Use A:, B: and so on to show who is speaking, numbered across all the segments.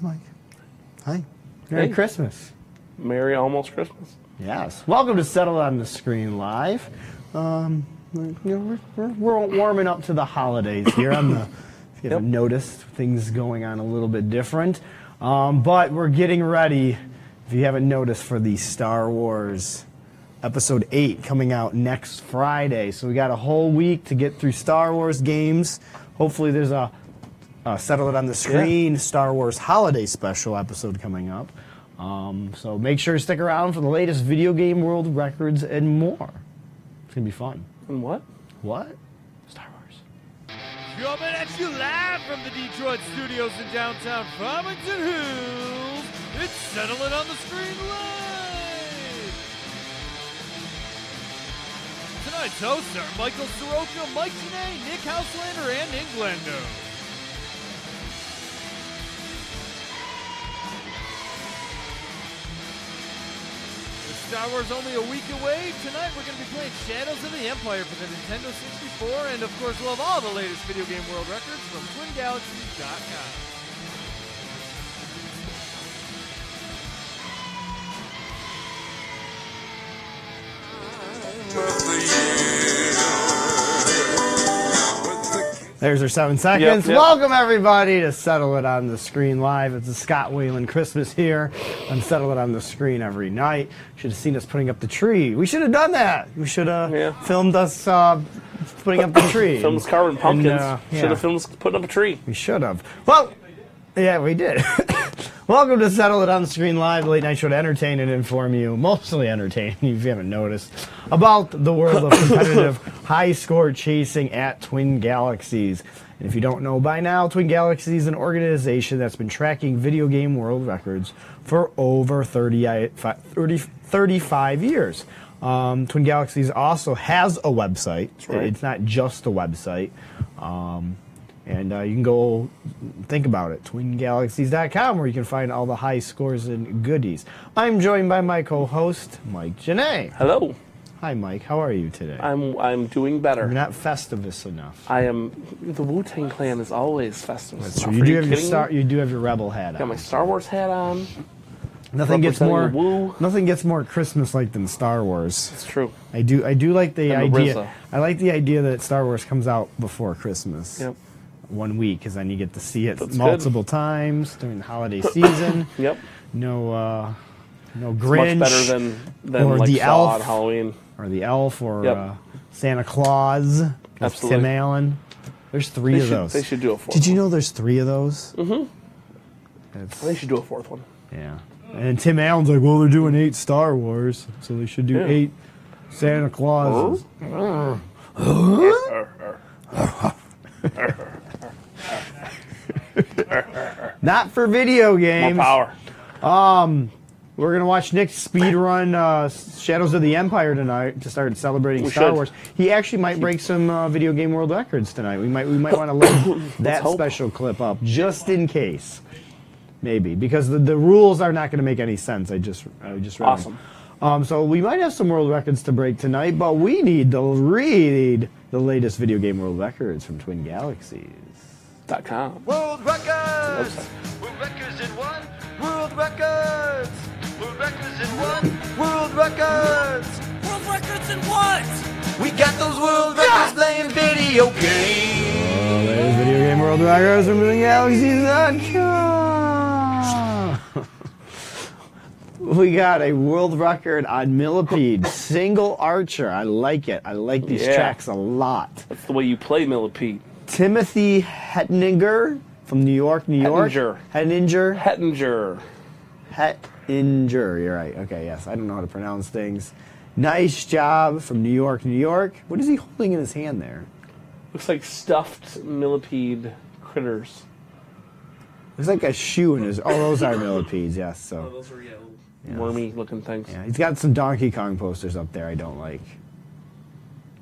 A: I'm like, hi, Merry
B: Hey.
A: Christmas.
B: Merry almost Christmas.
A: Yes. Welcome to Settle on the Screen Live. Um, we're- you know, we're, we're, we're warming up to the holidays here. On the, if you haven't
B: Yep.
A: noticed, things going on a little bit different. Um, but we're getting ready, if you haven't noticed, for the Star Wars Episode 8 coming out next Friday. So we got a whole week to get through Star Wars games. Hopefully, there's a uh, Settle It on the Screen Star Wars Holiday Special episode coming up. Um, so make sure to stick around for the latest video game world records and more. It's going to be fun.
B: And what?
A: What? Star Wars.
C: Coming at you live from the Detroit studios in downtown Farmington Hills, it's Settle It on the Screen Live! Tonight's hosts are Michael Soroka, Mike Janae, Nick Houselander, and Englando. With Star Wars only a week away, tonight we're going to be playing Shadows of the Empire for the Nintendo 64, and of course we'll have all the latest video game world records from TwinGalaxies.com.
A: There's our seven seconds.
B: yep.
A: Welcome, everybody, to Settle It on the Screen Live. It's a Scott Whalen Christmas here on Settle It on the Screen every night. Should have seen us putting up the tree. We should have done that. We should have
B: Yeah.
A: filmed us uh, putting up the tree.
B: Films carving pumpkins.
A: And, uh,
B: Should
A: yeah.
B: have films putting up a tree.
A: We should have. Well, yeah, we did. Welcome to Settle It on the Screen Live, the late night show to entertain and inform you, mostly entertain you if you haven't noticed, about the world of competitive high score chasing at Twin Galaxies. And if you don't know by now, Twin Galaxies is an organization that's been tracking video game world records for over 30, i- fi- 30 35 years. Um, Twin Galaxies also has a website.
B: right.
A: It's not just a website. Um, and uh, you can go think about it, twingalaxies.com, where you can find all the high scores and goodies. I'm joined by my co host, Mike Janae.
B: Hello.
A: Hi, Mike. How are you today?
B: I'm I'm doing
A: You're
B: better.
A: not festivus enough.
B: I am. The Wu Tang Clan is always festive. That's
A: So you, do have your star, you do have your rebel hat
B: Got
A: on.
B: my Star Wars hat on.
A: Nothing gets more
B: representing the woo.
A: nothing gets more Christmas like than Star Wars.
B: It's true.
A: I do I do like the
B: And the
A: idea.
B: RZA.
A: I like the idea that Star Wars comes out before Christmas.
B: Yep.
A: One week, because then you get to see it
B: That's good.
A: multiple times during the holiday season.
B: Yep.
A: no uh no Grinch
B: Much better than than
A: or
B: like
A: the
B: Saw
A: Elf.
B: on Halloween.
A: or the elf or
B: Yep.
A: uh, Santa Claus. with
B: Absolutely.
A: Tim Allen. There's three
B: They
A: of
B: should,
A: those.
B: they should do a fourth.
A: Did you know there's three of those?
B: One. They
A: Mm-hmm.
B: should do a fourth one.
A: Yeah. And Tim Allen's like, well, they're doing eight Star Wars, so they should do
B: Yeah.
A: eight Santa Clauses. Not for video
B: More
A: games.
B: power.
A: We're gonna watch Nick speedrun uh, Shadows of the Empire tonight to start celebrating
B: We
A: Star
B: should.
A: Wars. He actually might break some uh, video game world records tonight. We might we might want to load that
B: hope.
A: special clip up just in case, maybe because the, the rules are not gonna make any sense. I just I just read them.
B: Awesome.
A: Um, so we might have some world records to break tonight, but we need to read the latest video game world records from Twin Galaxies.
B: Dot com.
C: World records! World records in one. World records! World records in one. World records!
D: World records in what?
C: We got those world records playing video games.
A: The latest video game world records from TwinGalaxies.com. we got a world record on millipede, single archer. I like it. I like these
B: Yeah.
A: tracks a lot.
B: That's the way you play Millipede.
A: Timothy Hettinger from New York, New York.
B: Hettinger.
A: Hettinger.
B: Hettinger.
A: Hettinger. You're right. Okay, yes. I don't know how to pronounce things. Nice job from New York, New York. What is he holding in his hand there?
B: Looks like stuffed millipede critters.
A: Looks like a shoe in his. Oh, those are millipedes. Yes. So.
B: Oh, Those are yellow. Wormy looking things.
A: Yeah, he's got some Donkey Kong posters up there I don't like.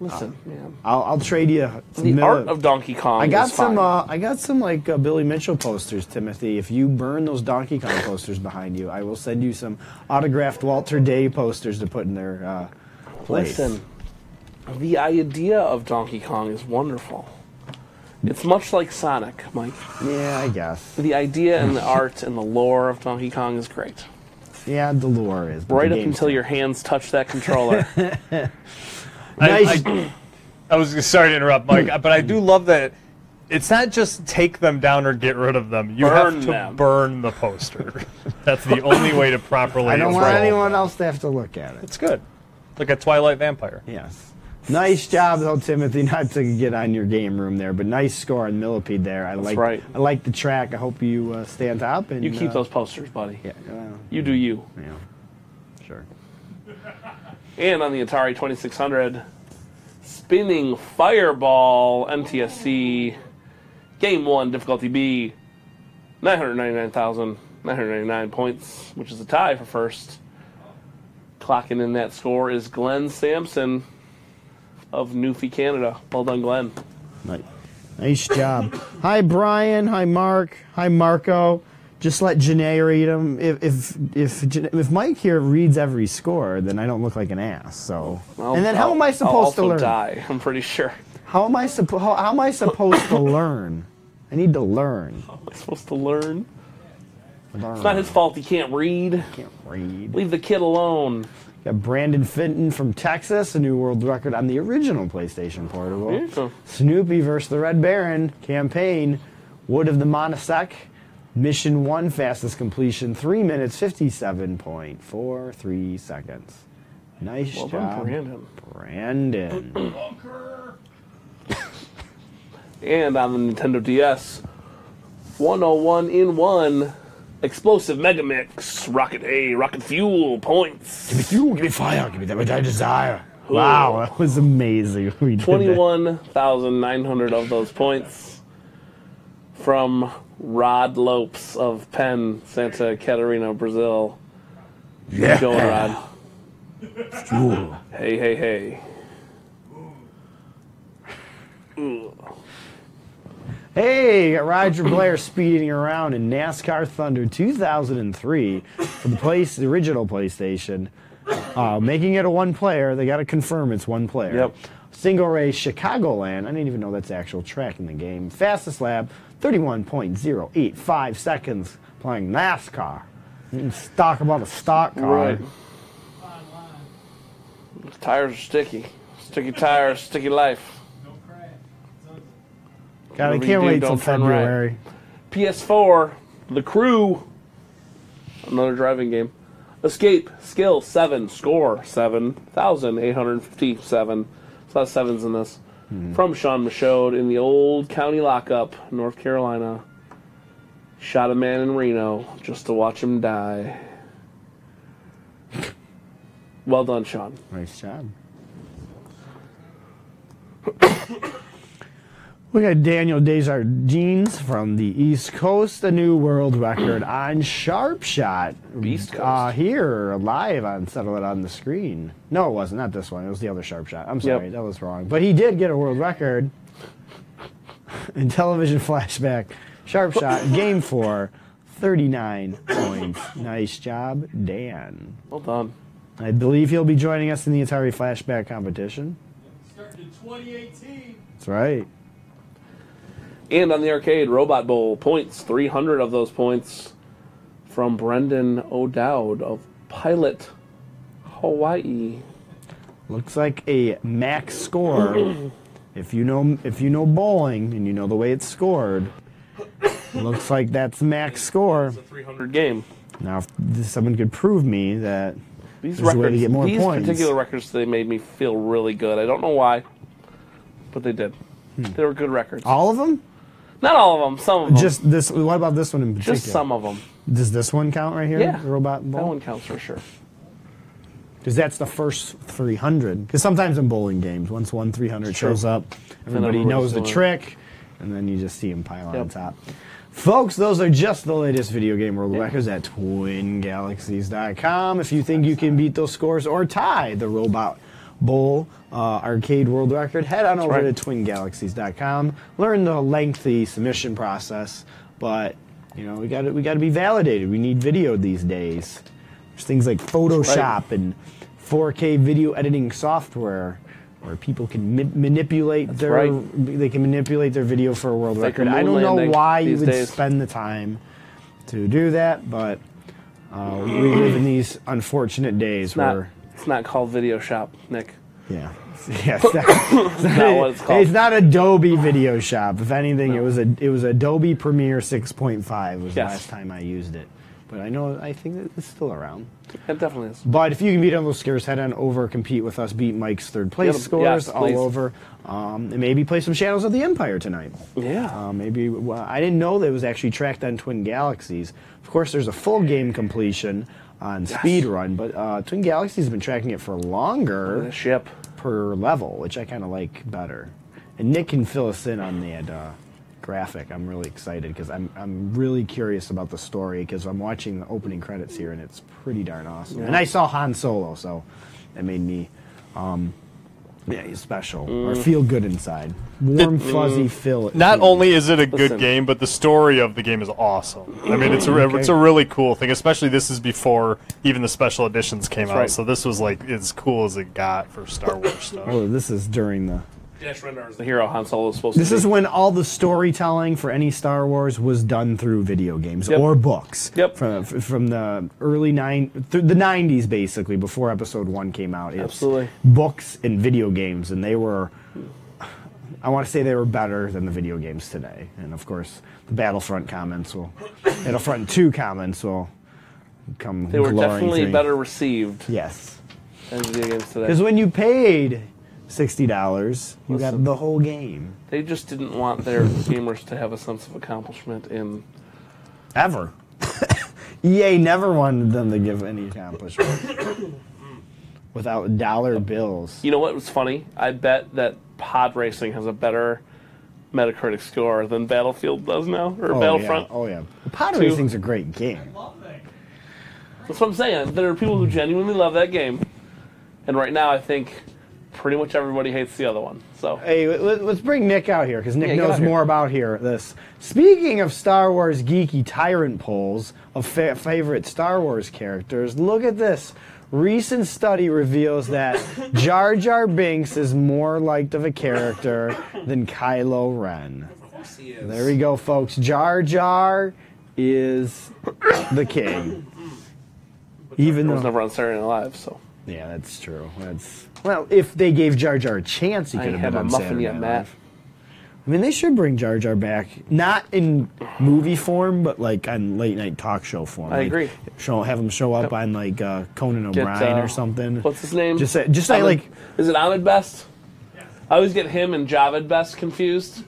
B: Listen, man.
A: I'll, I'll trade you some
B: The
A: mil-
B: art of Donkey Kong.
A: I got
B: is
A: some.
B: fine.
A: Uh, I got some like uh, Billy Mitchell posters, Timothy. If you burn those Donkey Kong posters behind you, I will send you some autographed Walter Day posters to put in their uh, place.
B: Listen, the idea of Donkey Kong is wonderful. It's much like Sonic, Mike.
A: Yeah, I guess.
B: The idea and the art and the lore of Donkey Kong is great.
A: Yeah, the lore is. but
B: Right
A: the
B: up
A: game's-
B: until your hands touch that controller.
E: I-
A: Nice.
E: I, I was sorry to interrupt, Mike, but I do love that it's not just take them down or get rid of them. You
B: Burn
E: have to
B: them.
E: burn the poster. That's the only way to properly.
A: I don't want
E: install
A: anyone
E: them.
A: else to have to look at it.
E: It's good. Like a Twilight Vampire.
A: Yes. Nice job, though, Timothy. Not to get on your game room there, but nice score on Millipede there. I like.
B: right.
A: I like the track. I hope you uh, stay on top and
B: You keep
A: uh,
B: those posters, buddy.
A: Yeah. well,
B: You do you.
A: yeah. Sure.
B: And on the Atari 2600, Spinning Fireball MTSC, Game 1, Difficulty B, 999,999 points, which is a tie for first. Clocking in that score is Glenn Sampson of Newfie, Canada. Well done, Glenn.
A: Nice. Nice job. hi, Brian. Hi, Mark. Hi, Marco. Just let Janae read them. If if if, Janae, if Mike here reads every score, then I don't look like an ass. So.
B: I'll-
A: and then how
B: I'll-
A: am I
B: I'll
A: supposed
B: also
A: to learn?
B: die, I'm pretty sure.
A: How am I supposed? How, how am I supposed to learn? I need to learn.
B: Am I supposed to learn?
A: learn.
B: It's not his fault he can't read.
A: Can't read.
B: Leave the kid alone.
A: Got Brandon Fenton from Texas, a new world record on the original PlayStation Portable.
B: Yeah.
A: Snoopy versus the Red Baron campaign, Wood of the Monosec, Mission 1 fastest completion, 3 minutes 57.43 seconds. Nice
B: Well done,
A: job,
B: Brandon.
A: Brandon.
B: and on the Nintendo DS, 101 in 1, Explosive Mega Mix, Rocket A, Rocket Fuel, points,
A: you give me fire, give me that which I desire. Wow, that was amazing. We did that.
B: 21,900 of those points from Rod Lopes of Penn, Santa Catarina, Brazil.
A: Yeah.
B: Going, Rod.
A: Ooh.
B: Hey, hey, hey.
A: Hey, got Roger Blair speeding around in NASCAR Thunder 2003 for the place, the original PlayStation, uh, making it a one-player. They got to confirm it's one player.
B: Yep.
A: Single race Chicagoland. I didn't even know that's the actual track in the game. Fastest lap, 31.085 seconds, playing NASCAR. Let's talk about a stock car.
B: Right. Tires are sticky. Sticky tires, sticky life.
A: God, I
B: Whatever you
A: can't
B: do,
A: wait till
B: don't turn right.
A: February.
B: PS4, The Crew, another driving game. Escape, skill seven, score seven thousand eight hundred fifty-seven. It's a lot of sevens in this. From Sean Michaud in the old county lockup, North Carolina. Shot a man in Reno just to watch him die. Well done, Sean.
A: Nice job. we got Daniel Desjardins from the East Coast, a new world record on Sharp Shot.
B: Beast Coast.
A: Uh, here, live on Settle It on the Screen. No, it wasn't. Not this one. It was the other Sharp Shot. I'm sorry.
B: Yep.
A: That was wrong. But he did get a world record in television flashback. Sharp Shot, game four, 39 points. Nice job, Dan.
B: Well done.
A: I believe he'll be joining us in the Atari Flashback competition.
C: Starting in 2018.
A: That's right.
B: And on the arcade, Robot Bowl points, 300 of those points from Brendan O'Dowd of Pilot, Hawaii.
A: Looks like a max score. if you know if you know bowling and you know the way it's scored, looks like that's max score.
B: It's a 300 game.
A: Now, if th- someone could prove me that
B: These
A: There's a way
B: records,
A: to get more
B: these
A: points.
B: particular records, they made me feel really good. I don't know why, but they did.
A: Hmm.
B: They were good records.
A: all of them,
B: Not all of them, some of them. Just,
A: just this. What about this one in particular?
B: some of them.
A: Does this one count right here?
B: Yeah.
A: the robot
B: That
A: bowl.
B: one counts for sure.
A: Because that's the first 300. Because sometimes in bowling games, once one 300
B: Sure.
A: shows up, everybody
B: everybody's
A: knows the
B: doing it.
A: trick, and then you just see him pile on
B: Yep.
A: top. Folks, those are just the latest video game world records at twingalaxies.com. If you think you can beat those scores or tie the Robot Bowl uh, arcade world record, head on over to
B: right.
A: twingalaxies.com. Learn the lengthy submission process, but you know we got we got to be validated. We need video these days. There's things like Photoshop and 4K video editing software where people can ma- manipulate their
B: right.
A: they can manipulate their video for a world
B: like a
A: record. I don't
B: moon
A: know
B: landing
A: why you
B: these
A: would
B: days.
A: spend the time to do that, but uh, we live in these unfortunate days
B: Not,
A: where
B: it's not called Video Shop, Nick.
A: yeah. Yeah, it's not, it's not
B: not
A: a-
B: what it's called.
A: it's not Adobe Video Shop. If anything, it was a it was Adobe Premiere 6.5 was the
B: Yes.
A: last time I used it. But I know I think that it's still around.
B: It definitely is.
A: But if you can beat on those scores, head on over, compete with us, beat Mike's third place
B: Yeah,
A: scores
B: yes,
A: all
B: please.
A: over, um, and maybe play some Shadows of the Empire tonight.
B: Yeah.
A: Uh, maybe well, I didn't know that it was actually tracked on Twin Galaxies. Of course, there's a full game completion on speedrun, but uh, Twin Galaxies has been tracking it for
B: the
A: longer
B: ship.
A: per level, which I kind of like better. And Nick can fill us in on that uh, graphic. I'm really excited because I'm I'm really curious about the story because I'm watching the opening credits here and it's pretty darn awesome. And I saw Han Solo, so that made me. Um, yeah, he's special or feel good inside. Warm, fuzzy feel.
E: Not only is it a good
B: Listen.
E: game, but the story of the game is awesome. I mean, it's a, it's a
A: Okay.
E: really cool thing, especially this is before even the special editions came out.
B: right.
E: So this was like as cool as it got for Star Wars stuff.
A: Oh, this is during the.
B: Dash Rendar is the hero Han Solo is supposed
A: This
B: to be.
A: is when all the storytelling for any Star Wars was done through video games
B: Yep.
A: or books.
B: Yep.
A: From f- from the early nine through the nineties, basically before Episode One came out. It's
B: Absolutely.
A: Books and video games, and they were. I want to say they were better than the video games today, and of course the Battlefront comments will, Battlefront Two comments will come.
B: They were
A: glorying
B: definitely
A: through.
B: better received
A: Yes,
B: than video games today.
A: because when you paid sixty dollars, you got
B: Listen.
A: the whole game
B: They just didn't want their gamers to have a sense of accomplishment in.
A: ever. EA E never wanted them to give any accomplishment without dollar bills.
B: You know what was funny? I bet that Pod Racing has a better Metacritic score than Battlefield does now, or Battlefront.
A: Yeah. Oh yeah, pod
B: Two.
A: racing's a great game.
B: That's what I'm saying. There are people who genuinely love that game, and right now I think pretty much everybody hates the other one. So
A: Hey, let, us bring Nick out here because Nick
B: Yeah, get
A: knows
B: out here.
A: more about here. This. Speaking of Star Wars geeky tyrant polls of fa- favorite Star Wars characters, look at this. Recent study reveals that Jar Jar Binks is more liked of a character than Kylo Ren. There we go, folks. Jar Jar is the king. Even
B: it
A: though
B: was never on Saturday Night Live. So
A: yeah, that's true. That's well, if they gave Jar Jar a chance, he
B: I
A: could
B: ain't
A: have
B: had
A: been
B: my
A: on
B: muffin
A: Saturday
B: yet,
A: Night
B: Matt.
A: Live. I mean, they should bring Jar Jar back, not in movie form, but like on late night talk show form.
B: I
A: Like,
B: agree.
A: Show have him show up on like uh, Conan
B: Get,
A: O'Brien
B: uh,
A: or something.
B: What's his name?
A: Just say, just say
B: Ahmed-
A: like
B: Is it Ahmed Best? I always get him and Javid Best confused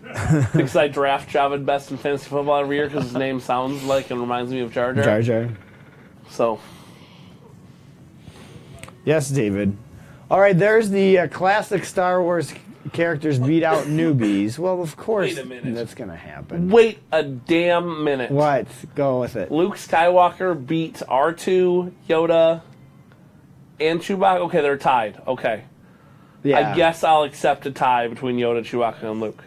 B: because I draft Javid Best in fantasy football every year because his name sounds like and reminds me of Jar Jar.
A: Jar Jar.
B: So
A: Yes, David. All right, there's the uh, classic Star Wars characters beat out newbies. Well, of course,
B: Wait a minute.
A: that's gonna happen.
B: wait a damn minute.
A: What? Go with it.
B: Luke Skywalker beat R two, Yoda, and Chewbacca. Okay, they're tied. Okay,
A: Yeah.
B: I guess I'll accept a tie between Yoda, Chewbacca, and Luke.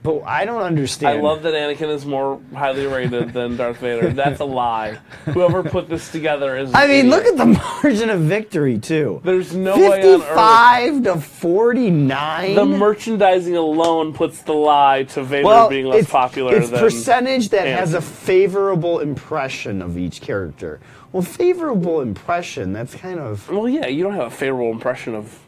A: But I don't understand.
B: I love that Anakin is more highly rated than Darth Vader. That's a lie. Whoever put this together is. an
A: I mean,
B: idiot.
A: look at the margin of victory too.
B: There's no way on earth.
A: Fifty-five to forty-nine.
B: The merchandising alone puts the lie to Vader
A: well,
B: being less
A: it's,
B: popular
A: it's
B: than.
A: percentage that has
B: Anakin.
A: a favorable impression of each character. Well, favorable impression. That's kind of.
B: Well, yeah, you don't have a favorable impression of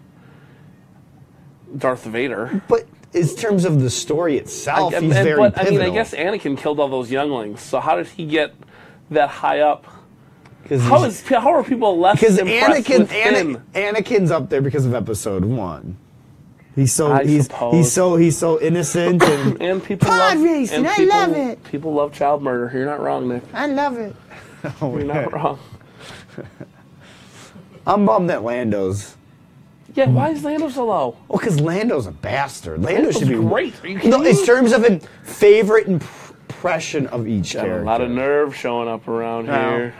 B: Darth Vader.
A: But in terms of the story itself,
B: And-
A: he's
B: and-
A: very
B: but I mean,
A: pivotal.
B: I guess Anakin killed all those younglings. So how did he get that high up?
A: because
B: How is how are people less
A: because
B: impressed
A: Anakin,
B: with him?
A: Ana- Anakin's up there because of Episode One. He's so
B: I
A: he's he's
B: suppose.
A: so he's so innocent and
B: And people
A: Pod
B: love
A: racing,
B: and
A: I
B: people,
A: love it.
B: People love child murder. You're not wrong, Nick.
A: I love it. Oh,
B: You're not wrong.
A: I'm bummed that Lando's
B: Yeah, why is Lando so low?
A: Well, because Lando's a bastard. Lando
B: Lando's
A: should be
B: great. Are you kidding
A: No,
B: me?
A: in terms of in favorite imp- impression of each
B: Got
A: character.
B: a lot of nerve showing up around
A: No.
B: here.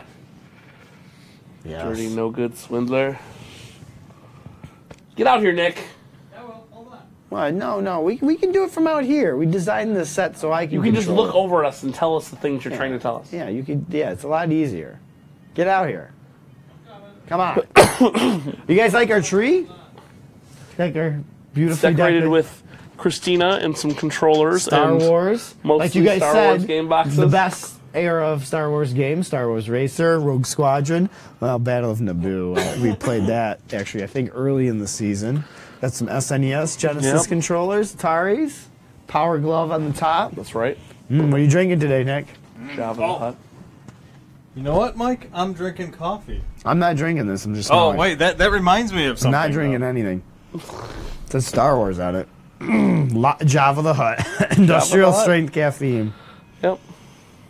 A: Yes.
B: Dirty, no good swindler. Get out here, Nick.
A: Well, no, no, we, we can do it from out here. We designed the set so I can.
B: You can just
A: control
B: look
A: it.
B: over us and tell us the things you're trying to tell us.
A: Yeah, you can. Yeah, it's a lot easier. Get out here. Come on. you guys like our tree? sticker,
B: It's
A: beautifully
B: decorated
A: decorated
B: with Christina and some controllers.
A: Star
B: and
A: Wars. Like
B: mostly
A: you guys
B: Star
A: said,
B: Wars game boxes.
A: the best era of Star Wars games: Star Wars Racer, Rogue Squadron, well, Battle of Naboo. Uh, we played that actually, I think, early in the season. Got some SNES, Genesis
B: Yep.
A: controllers, Ataris, Power Glove on the top.
B: That's right.
A: Mm, what are you drinking today, Nick?
B: Java the Hutt.
F: You know what, Mike? I'm drinking coffee.
A: I'm not drinking this. I'm just.
F: Oh
A: smelling.
F: wait, that that reminds me of
A: I'm
F: something.
A: not drinking anything. It says Star Wars on it. La- Java the Hut, industrial
B: the Hutt.
A: strength caffeine.
B: Yep.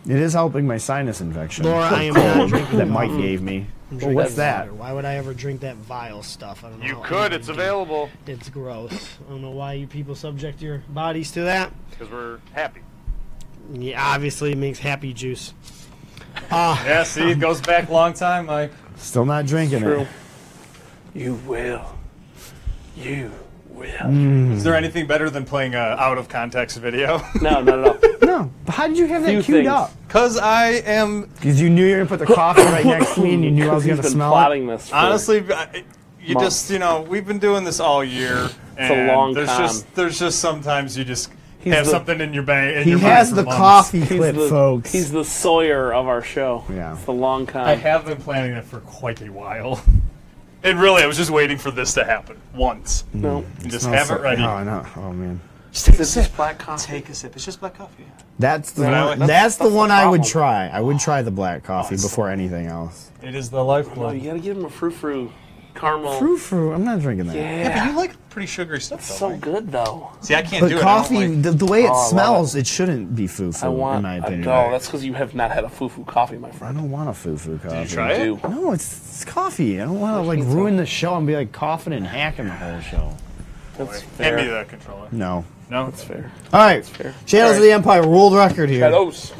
A: It is helping my sinus infection
G: Laura, I am not
B: Mm.
G: drinking
A: that Mike gave me. Well,
G: drink
A: what's that?
G: cider. Why would I ever drink that vile stuff? I don't know.
H: You
G: how
H: could.
G: anyone
H: It's
G: would do
H: available
G: it. It's gross. I don't know why you people subject your bodies to that.
H: because we're happy.
G: Yeah, obviously it makes happy juice.
E: Yeah, see, it goes back long time, Mike.
A: Still not drinking
B: True.
A: it.
B: You will. You will.
A: Mm.
E: Is there anything better than playing a out of context video?
B: No, not at all.
A: No. But How did you have that
B: Few
A: queued
B: things.
A: up?
E: Cause I am
A: Because you knew you were gonna put the coffee right next to me, and you knew I was
B: He's
A: gonna
B: been
A: smell
B: plotting this. For,
E: honestly, I- you
B: Month.
E: just you know we've been doing this all year.
B: a
E: and
B: long
E: there's
B: time.
E: just there's just sometimes you just
B: He's
E: have
B: the-
E: something in your bag. In
A: it. He
E: your bag
A: has
E: for
A: the
E: months.
A: coffee
B: he's
A: clip,
B: the,
A: folks.
B: He's the Sawyer of our show.
A: Yeah.
B: It's the long con.
E: I have been planning that for quite a while. And really, I was just waiting for this to happen once.
B: no.
E: And just
A: Oh,
E: have
A: so-
E: it ready.
A: Oh no! Oh man.
E: Just take a
B: It's just
E: sip.
B: black coffee.
F: Take a sip. It's just black coffee.
A: That's the
E: No,
A: one.
E: that's-
A: That's, the
B: that's the
A: one I would
B: problem. Oh,
A: try. I would try the black coffee before anything else.
E: It is the
B: No,
A: Oh,
B: you
E: lifeblood.
B: gotta give him a frou frou caramel.
A: Frou frou. I'm not drinking that.
B: Yeah.
E: Yeah, but you like pretty sugary stuff, though.
B: so
E: Mike.
B: good though.
E: See, I can't
A: But
E: do
A: coffee,
E: it. I don't like-
A: the, the way it
B: Oh, I love
A: smells, it. shouldn't be foo
B: I
A: foo,
B: want.
A: in my opinion.
B: I, no, that's because you have not had a fufu coffee, my
A: I
B: friend.
A: don't want a foo foo coffee.
E: you try it?
B: Do.
A: No, it's, it's coffee. I don't want to like ruin the show and be like coughing and hacking the whole show.
B: That's
E: Hand me
B: fair.
E: that controller.
A: No.
E: No,
B: That's fair.
A: All right. Shadows of the Empire world record here.
B: Shadows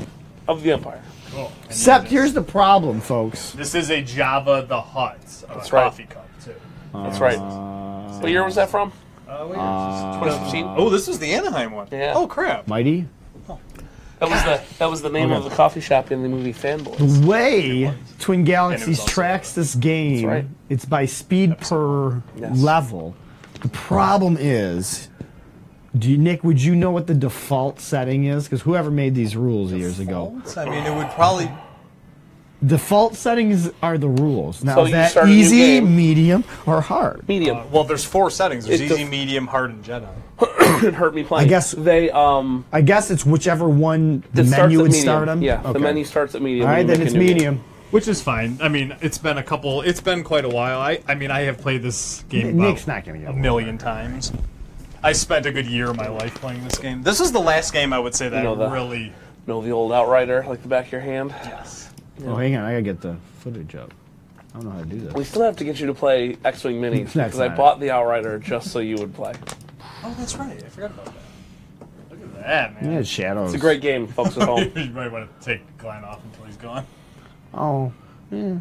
B: of the Empire.
E: Cool. I need
A: Except
E: this.
A: here's the problem, folks.
E: This is a Java the Hutt. uh,
B: That's right.
E: Coffee cup too.
B: That's right. what year was that from?
E: Uh, wait,
B: Twenty fifteen.
A: uh,
E: oh, this was the Anaheim one.
B: Yeah.
E: Oh crap.
A: Mighty.
B: That was the that was the name of the coffee shop in the movie Fanboys.
A: The way Twin Galaxies
E: also-
A: tracks this game,
B: right.
A: it's by speed per
B: Yes.
A: level. The problem is, do you, Nick, would you know what the default setting is? Because whoever made these rules years ago.
F: I mean, it would probably.
A: Default settings are the rules. Now,
B: So
A: is
B: you
A: that
B: start a new
A: easy,
B: game.
A: medium, or hard?
B: Medium.
E: Well, there's four settings. There's
B: It
E: easy,
B: def-
E: medium, hard, and Jedi.
B: It hurt me playing.
A: I guess-
B: they um
A: I guess it's whichever one the
B: it starts
A: menu
B: at
A: would
B: medium.
A: start on.
B: Yeah, the
A: Okay.
B: menu starts at medium.
A: All right,
B: when you
A: then
B: make
A: it's
B: a new game.
A: medium.
E: Which is fine. I mean, it's been a couple. It's been quite a while. I. I mean, I have played this game.
A: Nick's
E: about
A: not gonna get
E: a
A: one.
E: million times. I spent a good year of my life playing this game. This is the last game I would say that
B: You know
E: I
B: that.
E: really.
B: Know the old outrider like the back of your hand.
E: Yes.
A: Oh, hang on, I gotta get the footage up. I don't know how to do this.
B: We still have to get you to play X-wing minis
A: That's
B: because I
A: fine.
B: bought the outrider just so you would play.
E: Oh, that's right. I forgot about that. Look at that,
A: Yeah,
E: man.
A: it's shadows.
B: It's a great game, folks at home.
E: you might want to take Glenn off until he's gone.
A: Oh,
E: Yeah,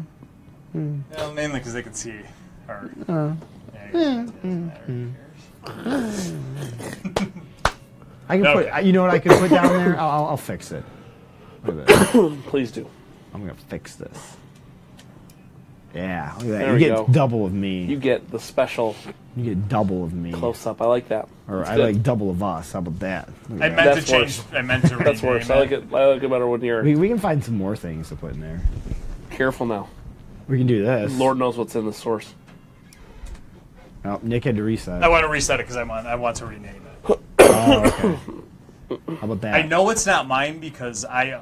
E: mainly because they can see her. Yeah, it doesn't matter.
A: I can
E: Okay.
A: put. I- You know what I can put down there? I'll, I'll, I'll fix it. Look at this.
B: Please do.
A: I'm gonna fix this. Yeah, look at that.
B: There
A: you
B: we
A: get
B: go.
A: double of me.
B: You
A: You,
B: get the special
A: get double of me.
B: close-up. I like that.
A: Or
B: It's
A: I
B: good.
A: like double of us. How about that? Look at
E: I
A: that.
E: meant
B: That's
E: to change.
B: worse.
E: I meant to rename
B: That's worse. I like
E: it.
B: it. I like it better when you're
A: We, we can find some more things to put in there.
B: careful now.
A: We can do this.
B: Lord knows what's in the source.
A: Oh, Nick had to reset.
E: I want to reset it because I want. I want to rename it.
A: Oh, okay. How about that?
E: I know it's not mine because I.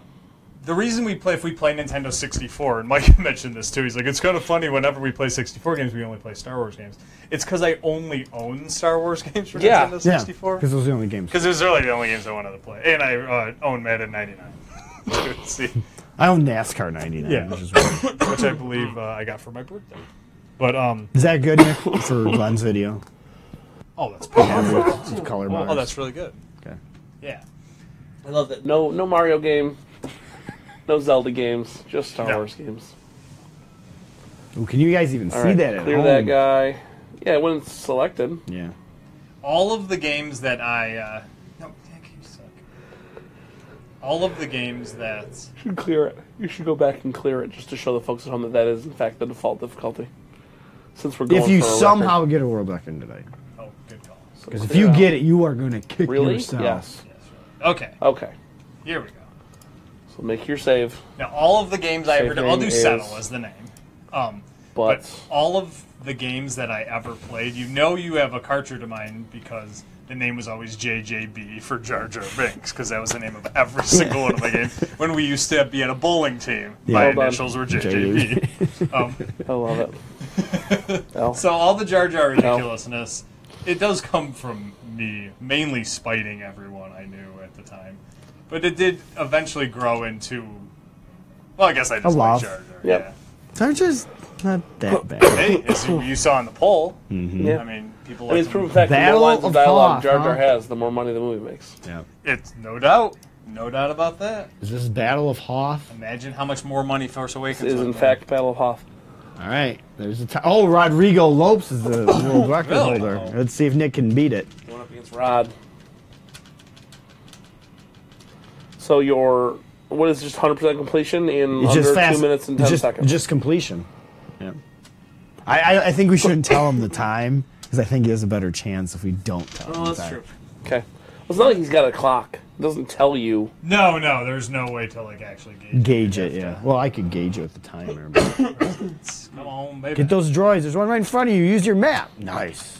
E: The reason we play, if we play Nintendo 64, and Mike mentioned this too, he's like, it's kind of funny whenever we play 64 games, we only play Star Wars games. It's because I only own Star Wars games for
B: Yeah.
E: Nintendo
A: Yeah,
E: 64.
A: because
E: Because
A: those are the only games.
E: it was really the only games I wanted to play. And I uh, own Madden 99. too, See,
A: I own NASCAR 99.
E: Yeah.
A: Which is, weird.
E: which I believe uh, I got for my birthday. But, um,
A: is that good, Nick, for Glenn's video?
E: oh, that's perfect.
A: With color bars.
E: Oh, that's really good.
A: okay.
E: Yeah.
F: I love that.
B: No, no Mario game. No Zelda games. Just Star
E: No.
B: Wars games.
A: Ooh, can you guys even see
B: All right,
A: that at
B: clear
A: home?
B: that guy. Yeah, when it's selected.
A: Yeah.
E: all of the games that I uh, no, Nick, you suck. All of the games that
B: should clear it. You should go back and clear it just to show the folks at home that that is in fact the default difficulty. Since we're going
A: If you
B: for a
A: somehow get a world record tonight.
E: oh Good call.
A: Because if you get it, you are going to kick
B: really,
A: yourself.
B: yes.
E: Okay,
B: Okay,
E: here we go.
B: so make your save,
E: Now, all of the games I ever
B: Safe
E: did, I'll
B: name
E: do
B: is-
E: Settle as the name. Um,
B: but,
E: But all of the games that I ever played, you know you have a cartridge of mine because the name was always JJB for Jar Jar Binks because that was the name of every single one of my games. When we used to be at a bowling team, my
B: Hold on.
E: initials were JJB. um,
B: I love it. Well,
E: so all the Jar Jar ridiculousness, it does come from me mainly spiting everyone I knew at the time, but it did eventually grow into. Well, I guess I just like
A: love.
E: Jar Jar.
B: Yep.
E: Yeah.
A: Tarja's not that bad.
E: Hey, as you, you saw in the poll,
B: Yeah.
E: I mean, people
B: I mean,
E: like
B: it's
E: to-
B: proven fact. The more
A: Battle
B: lines of
A: of
B: dialogue
A: Hoth,
B: Jar Jar
A: huh?
B: has, the more money the movie makes.
A: yeah.
E: It's no doubt, no doubt about that.
A: Is this Battle of Hoth?
E: Imagine how much more money Force Awakens
B: Is
E: would
B: in
E: have.
B: fact Battle of Hoth.
A: All right. There's a ti oh, Rodrigo Lopes is the world record
E: Really?
A: holder. Let's see if Nick can beat it.
B: Going up against Rod. So your what is just 100% completion in
A: It's
B: under
A: just fast.
B: two minutes and ten
A: just,
B: seconds.
A: Just completion. Yeah. I, I, I think we shouldn't tell him the time because I think he has a better chance if we don't tell him.
E: Oh,
A: the
E: that's
A: time.
E: true.
B: okay. Well, it's not like he's got a clock. It doesn't tell you.
E: No, no, there's no way to like actually gauge.
A: Gauge it, yeah. Well, I could gauge it with the timer. but-
E: Come on, baby.
A: Get those droids. There's one right in front of you. Use your map. Nice.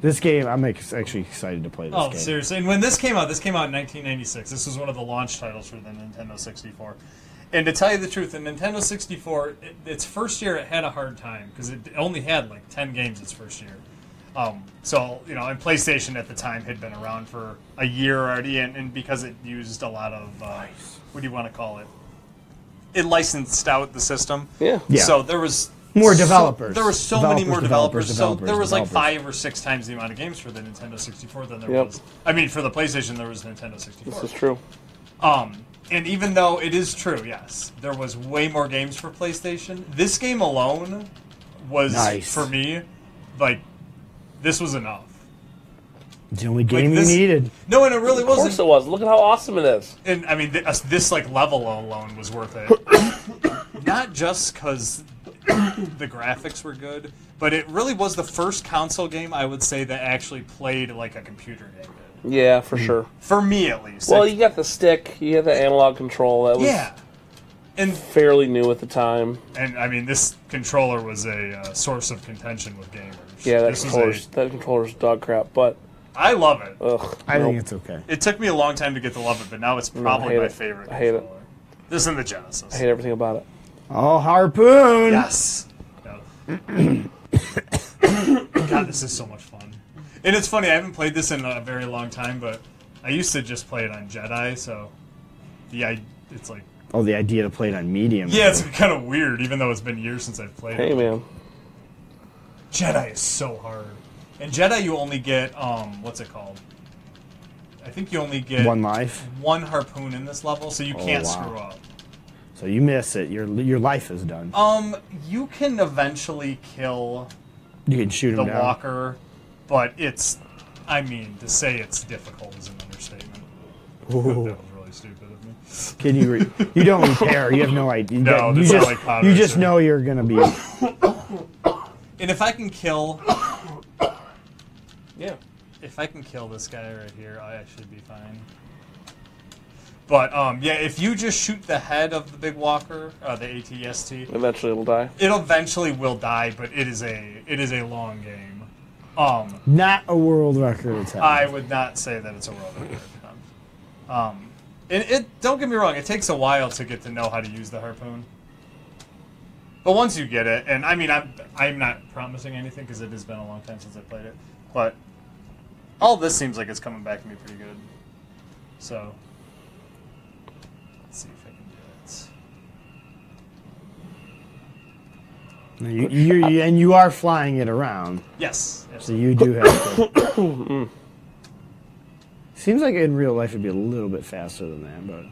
A: This game, I'm ex- actually excited to play this
E: Oh,
A: game.
E: seriously. And when this came out, this came out in 1996. This was one of the launch titles for the Nintendo 64. And to tell you the truth, the Nintendo 64, it, its first year, it had a hard time because it only had like 10 games its first year. Um, so, you know, and PlayStation at the time had been around for a year already, and, and because it used a lot of, uh, what do you want to call it? It licensed out the system.
B: Yeah.
A: Yeah.
E: So there was
A: More
E: so-
A: developers.
E: there were so many
A: Developers,
E: more developers.
A: developers,
E: so
A: developers,
E: there was like
A: developers.
E: five or six times the amount of games for the Nintendo 64 than there
B: Yep.
E: was. I mean, for the PlayStation, there was Nintendo
B: This
E: 64.
B: is true.
E: Um, and even though it is true, yes, there was way more games for PlayStation. This game alone was
A: Nice.
E: for me like this was enough.
A: It's the only game
E: this-
A: you needed.
E: No, and it really
B: Of course
E: wasn't.
B: it was. Look at how awesome it is.
E: and I mean, th- us- this like level alone was worth it. Not just because the graphics were good, but it really was the first console game I would say that actually played like a computer game. did.
B: Yeah, for sure.
A: Mm-hmm.
E: For me, at least.
B: Well,
E: Like,
B: you got the stick. You had the analog control. That was
E: yeah. And
B: fairly new at the time.
E: and I mean, this controller was a uh, source of contention with gamers.
B: Yeah, that
E: this
B: controller's
E: was
B: that controller's dog crap. But
E: a. I love it.
B: ugh,
A: I
B: nope.
A: think it's okay.
E: It took me a long time to get to love it, but now it's probably
B: Mm, hate
E: my
B: it.
E: favorite.
B: I hate it.
E: controller. This and the Genesis.
B: I hate everything about it.
A: Oh, harpoon.
E: Yes. God, this is so much fun. And it's funny, I haven't played this in a very long time, but I used to just play it on Jedi, so the I it's like
A: Oh, the idea to play it on medium.
E: yeah, it's kind of weird, even though it's been years since I've played
B: Hey,
E: it.
B: man.
E: Jedi is so hard, and Jedi you only get um what's it called? I think you only get
A: one life. Oh,
E: one harpoon in this level, so you can't
A: wow.
E: screw up.
A: So you miss it. Your your life is done.
E: Um, you can eventually kill
A: you can shoot him
E: the
A: down.
E: walker, but it's, I mean, to say it's difficult is an understatement. That was really stupid of me.
A: Can you? Re- you don't repair. You have no idea. You,
E: No,
A: got- you
E: that's not
A: just
E: like powder,
A: you just
E: sir.
A: know you're gonna be.
E: And if I can kill,
B: Yeah.
E: if I can kill this guy right here, I should be fine. But um, yeah, if you just shoot the head of the big walker, uh, the ATST,
B: Eventually, it'll die.
E: it eventually will die. But it is a it is a long game. Um,
A: Not a world record attack.
E: I would not say that it's a world record. Um, and it don't get me wrong, it takes a while to get to know how to use the harpoon. But once you get it, and I mean, I'm I'm not promising anything because it has been a long time since I played it. But all this seems like it's coming back to me pretty good. So let's see if I can do it.
A: You, you, you- and you are flying it around,
E: Yes.
A: so you do have. to. Seems like in real life it'd be a little bit faster than that, but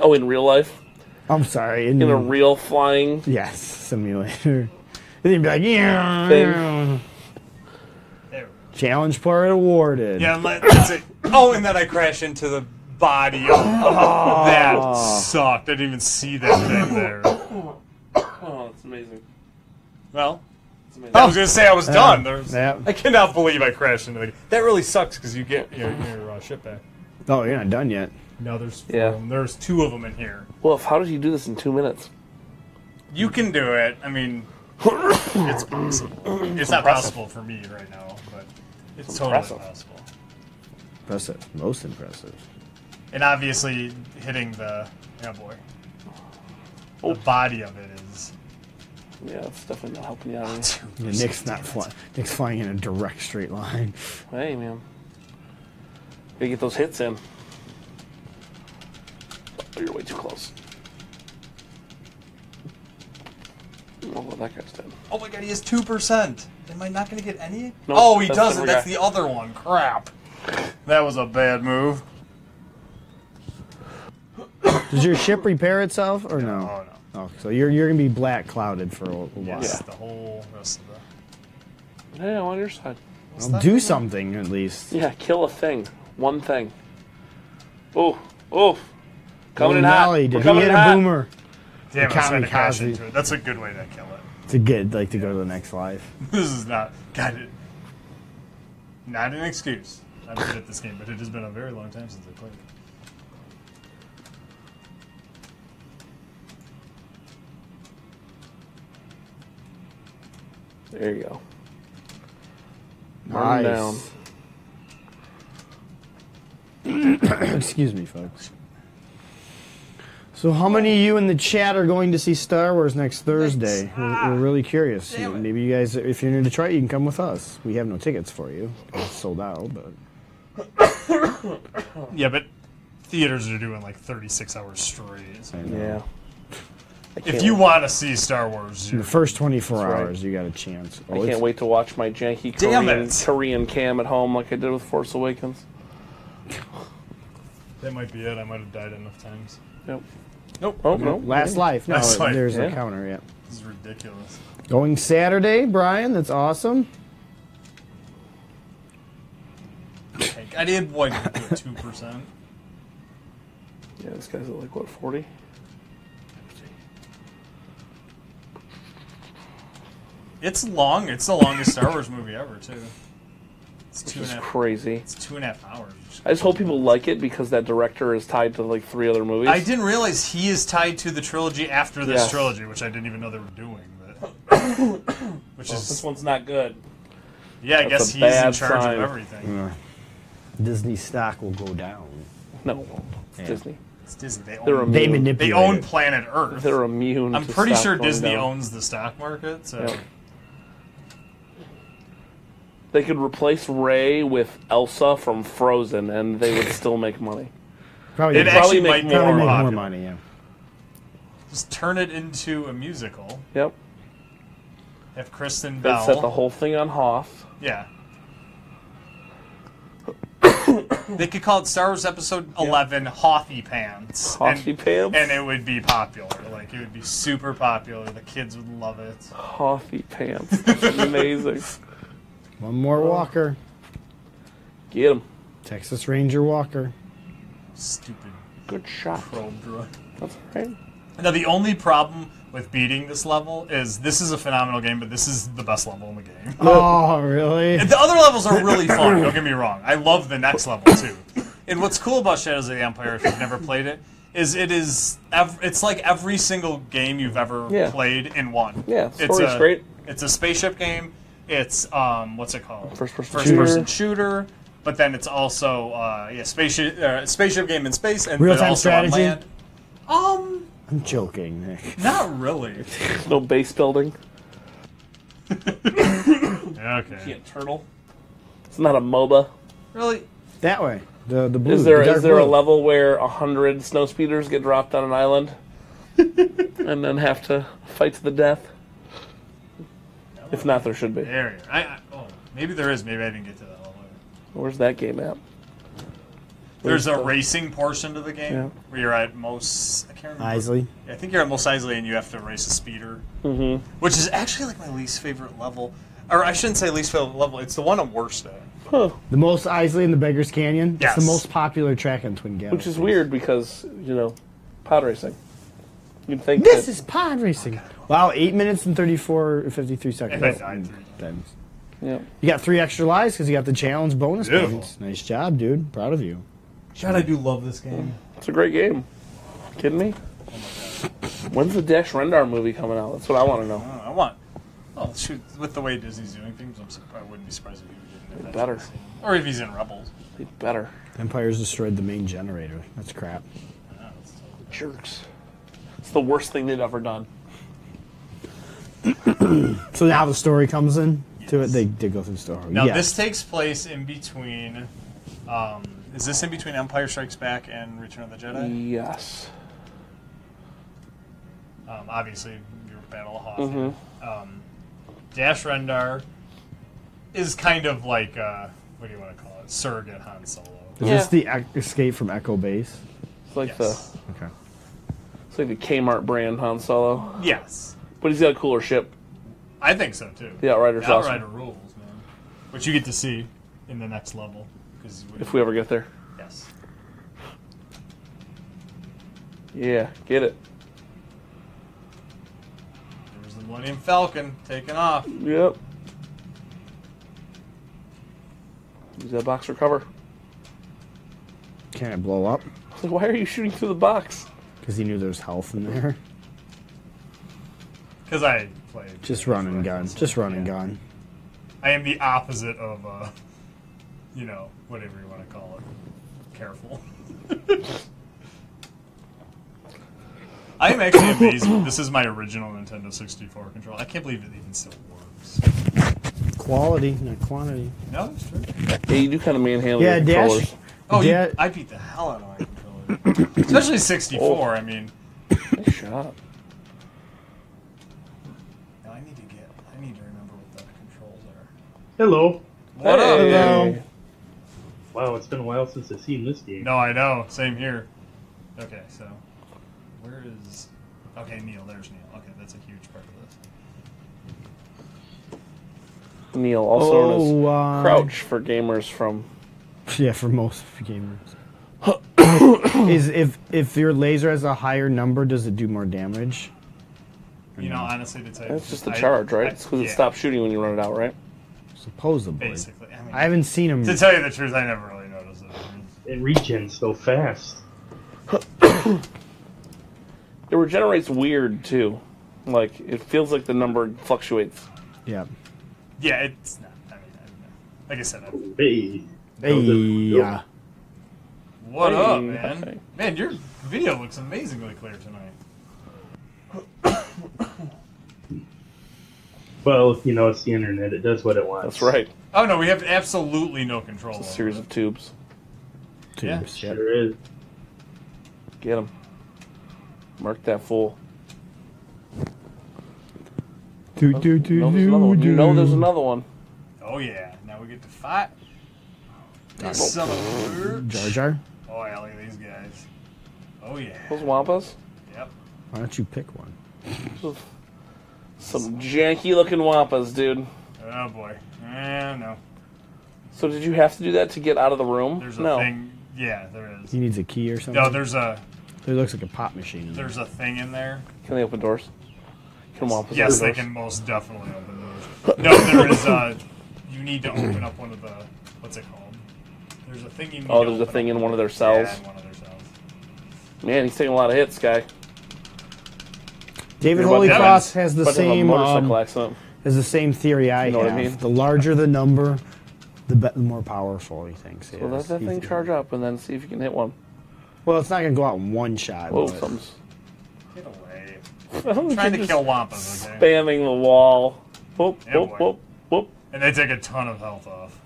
B: Oh, in real life,
A: I'm sorry. In,
B: in a real flying
A: yes simulator, and you'd be like, yeah.
B: Thing.
E: There we go.
A: Challenge part awarded.
E: Yeah, and let- that's it. Oh, and then I crash into the body. of- Oh, that sucked. I didn't even see that thing there.
B: Oh, that's amazing.
E: Well, I was gonna say I was done. There's,
A: yeah.
E: I cannot believe I crashed into the. That really sucks because you get your, your uh, shit back.
A: Oh, you're not done yet.
E: No, there's four
B: Yeah.
E: of 'em. There's two of them in here.
B: Wolf, how did you do this in two minutes?
E: You can do it. I mean, it's possible. It's not possible for me right now, but it's totally
B: Impressive.
E: possible.
A: Impressive. Most impressive.
E: And obviously, hitting the yeah boy, the body of it is.
B: Yeah, it's definitely not helping you out. any.
A: Yeah, Nick's not flying. Nick's flying in a direct straight line.
B: Hey, man. Gotta get those hits in. Oh, you're way too close. Oh, well, that guy's dead.
E: Oh my god, he has two percent. Am I not going to get any?
B: No,
E: oh, he
B: that's
E: doesn't.
B: the other
E: That's
B: guy.
E: the other one. Crap. That was a bad move.
A: Does your ship repair itself or no?
E: Oh no.
A: Oh, so you're you're gonna be black clouded for a, a while.
E: Yes, the whole rest of the.
B: Hey, I'm on your side.
A: Well, do something at least.
B: Yeah, kill a thing. One thing. Oh, oh. Coming in hot.
A: Nolly,
B: We're
A: did he
B: coming
A: hit
B: in
A: a
B: hot.
A: boomer?
E: Damn, I tried to crash
A: kamikaze.
E: into it. That's a good way to kill it.
A: It's a good like to go to the next life.
E: This is not. God, it, not an excuse. I'm good at this game, but it has been a very long time since I played it.
B: There you go. Burn
A: Nice.
B: down.
A: Excuse me, folks. So, how many of you in the chat are going to see Star Wars next Thursday? We're, we're really curious. Maybe you guys, if you're in Detroit, you can come with us. We have no tickets for you. It's sold out, but
E: Yeah, but theaters are doing like 36 hours straight. so-
B: Yeah. I can't
E: If you
B: wait-
E: want to see Star Wars,
A: in
E: you're
A: the first 24
B: right.
A: hours, you got a chance. Oh,
B: I can't
A: it's-
B: wait to watch my janky
E: Damn
B: Korean,
E: it.
B: Korean cam at home like I did with Force Awakens.
E: that might be it. I might have died enough times.
B: Yep.
E: Nope.
B: Oh, no.
A: Last life. No,
E: Last life,
A: there's a
B: yeah.
A: counter, yeah.
E: This is ridiculous.
A: Going Saturday, Brian. That's awesome.
E: Like, I did like two percent.
B: Yeah, this guy's at like, what, 40?
E: It's long. It's the longest Star Wars movie ever, too. It's two and
B: It's
E: a half.
B: crazy.
E: It's two and a half hours.
B: I just hope people like it because that director is tied to like three other movies.
E: I didn't realize he is tied to the trilogy after this
B: Yes.
E: trilogy, which I didn't even know they were doing. But which
B: This
E: is
B: one's not good.
E: yeah, I
B: that's
E: guess
B: a
E: he's in
B: bad
E: charge
B: sign.
E: of everything.
A: Disney stock will go down.
B: No, it's Disney.
E: It's Disney. They
B: They're
E: own,
A: They
B: immune.
A: manipulate.
E: they own
A: it.
E: planet Earth.
B: They're immune.
E: I'm
B: to
E: pretty
B: stock
E: sure
B: going
E: Disney
B: down.
E: owns the stock market, so
B: Yep. They could replace Ray with Elsa from Frozen, and they would still make money.
A: Probably,
E: it
A: probably
E: actually
B: make
E: might
B: more
E: more,
A: make more
E: popular.
A: money. Yeah.
E: Just turn it into a musical.
B: Yep.
E: Have Kristen
B: They
E: Bell.
B: set the whole thing on Hoth.
E: Yeah. they could call it Star Wars Episode 11 Hothy Pants.
B: Hothy
E: and,
B: Pants?
E: And it would be popular. Like, it would be super popular. The kids would love it.
B: Hothy pants. That's amazing.
A: One more Walker.
B: Get him.
A: Texas Ranger Walker.
E: Stupid
B: Good shot.
E: probe droid.
B: That's all right.
E: Now, the only problem with beating this level is this is a phenomenal game, but this is the best level in the game.
A: Oh, really?
E: The other levels are really fun. Don't get me wrong. I love the next level too. And what's cool about Shadows of the Empire, if you've never played it, is it is ev- it's like every single game you've ever
B: Yeah.
E: played in one.
B: Yeah,
E: it's
B: story's
E: a,
B: great.
E: It's a spaceship game. It's um, what's it called?
B: First-person
E: First
B: shooter.
E: person shooter. But then it's also uh, yeah, spaceship uh, spaceship game in space and but
A: Real-time
E: also on
A: strategy?
E: land. Um,
A: I'm joking, Nick.
E: not really.
B: No base building.
E: Okay.
B: turtle. It's not a MOBA.
E: Really?
A: That way. The the blue.
B: Is there
A: the dark
B: is there a
A: blue.
B: level where a hundred snow speeders get dropped on an island and then have to fight to the death? If not, there should be.
E: There. you are. I, I, oh, maybe there is. Maybe I didn't get to that level.
B: Where's that game at?
E: There's a racing portion to the game
B: Yeah.
E: where you're at most. I can't remember.
A: Isley?
E: I think you're at most Isley, and you have to race a speeder, mm-hmm. which is actually like my least favorite level, or I shouldn't say least favorite level. It's the one I'm worst at.
A: The most Isley in the Beggar's Canyon. It's
E: Yes.
A: the most popular track in Twin Galaxies.
B: Which is weird because you know, pod racing. You'd think
A: This
B: that-
A: is pod racing. Wow, eight minutes and 34, 53 seconds.
E: I died.
A: Times.
B: yeah.
A: You got three extra lives because you got the challenge bonus
E: Beautiful.
A: points. Nice job, dude. Proud of you.
F: God, I do love this game.
B: It's a great game. Kidding me? When's the Dash Rendar movie coming out? That's what I want to know.
E: I want. Oh shoot! With the way Disney's doing things, I'm sur- I wouldn't be surprised if he did
B: Better.
E: or if he's in Rebels.
B: Better.
A: Empire's destroyed the main generator. That's crap.
B: Jerks. It's the worst thing they've ever done.
A: So now the story comes in to it.
E: Yes.
A: They did go through the story.
E: Now
A: Yes.
E: this takes place in between. Um, is this in between Empire Strikes Back and Return of the Jedi?
B: Yes.
E: Um, obviously, your Battle of Hoth.
B: Mm-hmm.
E: Um, Dash Rendar is kind of like uh, what do you want to call it? Surrogate Han Solo.
A: is
B: Yeah.
A: this the ec- escape from Echo Base?
B: It's like
E: Yes.
B: the
A: Okay.
B: it's like the Kmart brand Han Solo,
E: Yes,
B: but he's got a cooler ship.
E: I think so too.
B: The Outrider's
E: The
B: awesome.
E: Outrider rules, man. Which you get to see in the next level. 'cause we-
B: If we ever get there.
E: yes.
B: Yeah, get it.
E: There was the Millennium Falcon taking off.
B: Yep. Use that box for cover.
A: Can it blow up?
B: It's like, why are you shooting through the box?
A: Because he knew there was health in there.
E: Because I played.
A: Just run and gun. Just run and
E: Yeah.
A: gun.
E: I am the opposite of, uh, you know, whatever you want to call it. Careful. I am actually amazed. This is my original Nintendo 64 controller. I can't believe it even still works.
A: Quality, not quantity.
E: No, it's true.
B: Yeah, you do kind of manhandle
A: Yeah,
B: your
A: Dash.
B: controllers.
E: Oh, you-
A: Yeah.
E: I beat the hell out of my controller. Especially 64. I mean,
B: Nice shot.
E: now I need to get. I need to remember what the controls are.
H: Hello.
E: What up?
B: Hey.
A: Hello.
H: Wow, it's been a while since I've seen this game.
E: No, I know. Same here. Okay, so where is? Okay, Neil. There's Neil. Okay, that's a huge part of this.
B: Neil, also known
A: Oh, uh,
B: as Crouch for gamers from
A: Yeah, for most gamers. Is if if your laser has a higher number, does it do more damage?
E: You know, honestly, to tell you,
B: Mm-hmm. That's just the
E: I-
B: charge, right?
E: I-
B: It's because it
E: yeah,
B: stops shooting when you run it out, right?
A: Supposedly.
E: Basically, I, mean,
A: I haven't seen him.
E: to tell you the truth, I never really noticed it.
H: It regens so fast.
B: It regenerates weird too. Like it feels like the number fluctuates.
A: Yeah.
E: Yeah, it's not. I mean, I don't know. like I said, I,
H: Hey.
A: Hey, yeah.
E: what up,
B: Hey.
E: man? Man, your video looks amazingly clear tonight.
H: Well, you know, it's the internet. It does what it wants.
B: That's right.
E: Oh no, we have absolutely no control.
B: A
E: over
B: series of tubes.
E: Yeah,
A: Tubes, yep.
H: Sure is.
B: Get them. Mark that fool.
A: Do, do, do,
B: No, there's another one. You
A: do.
B: know there's another one.
E: it. Oh yeah, now we get to fight. You son of a bitch.
A: Jar Jar?
E: Oh, yeah, look at these guys. Oh yeah.
B: Those wampas.
E: Yep.
A: Why don't you pick one?
B: Some janky looking wampas, dude.
E: Oh boy. Eh, no.
B: So did you have to do that to get out of the room?
E: There's a
B: no.
E: thing. Yeah, there is.
A: He needs a key or something.
E: No, there's a
A: There looks like a pop machine. In there.
E: there's a thing in there.
B: Can they open doors? Can wampas
E: Yes,
B: open
E: they
B: doors?
E: can most definitely open those. No, there is a. You need to open up one of the. What's it called? There's a thing you need.
B: Oh,
E: to
B: there's a
E: open
B: thing
E: up.
B: in one of their cells.
E: Yeah, in one of their cells.
B: Man, he's taking a lot of hits, guy.
A: David
B: But
A: Holy
E: that
A: Cross
E: is-
A: has the
B: But there's a
A: same
B: motorcycle
A: um,
B: accident.
A: has the same theory I
B: know what I
A: have.
B: mean?
A: The larger the number, the, be- the more powerful he thinks.
B: So let that thing charge up and then see if you can hit one.
A: Well, it's not gonna go out in one shot.
B: Whoa,
A: but-
B: something's
E: Get away!
B: I'm
E: Trying to
B: just
E: kill Wampas, okay?
B: spamming the wall. Whoop,
E: Yeah,
B: whoop,
E: boy.
B: whoop, whoop.
E: And they take a ton of health off.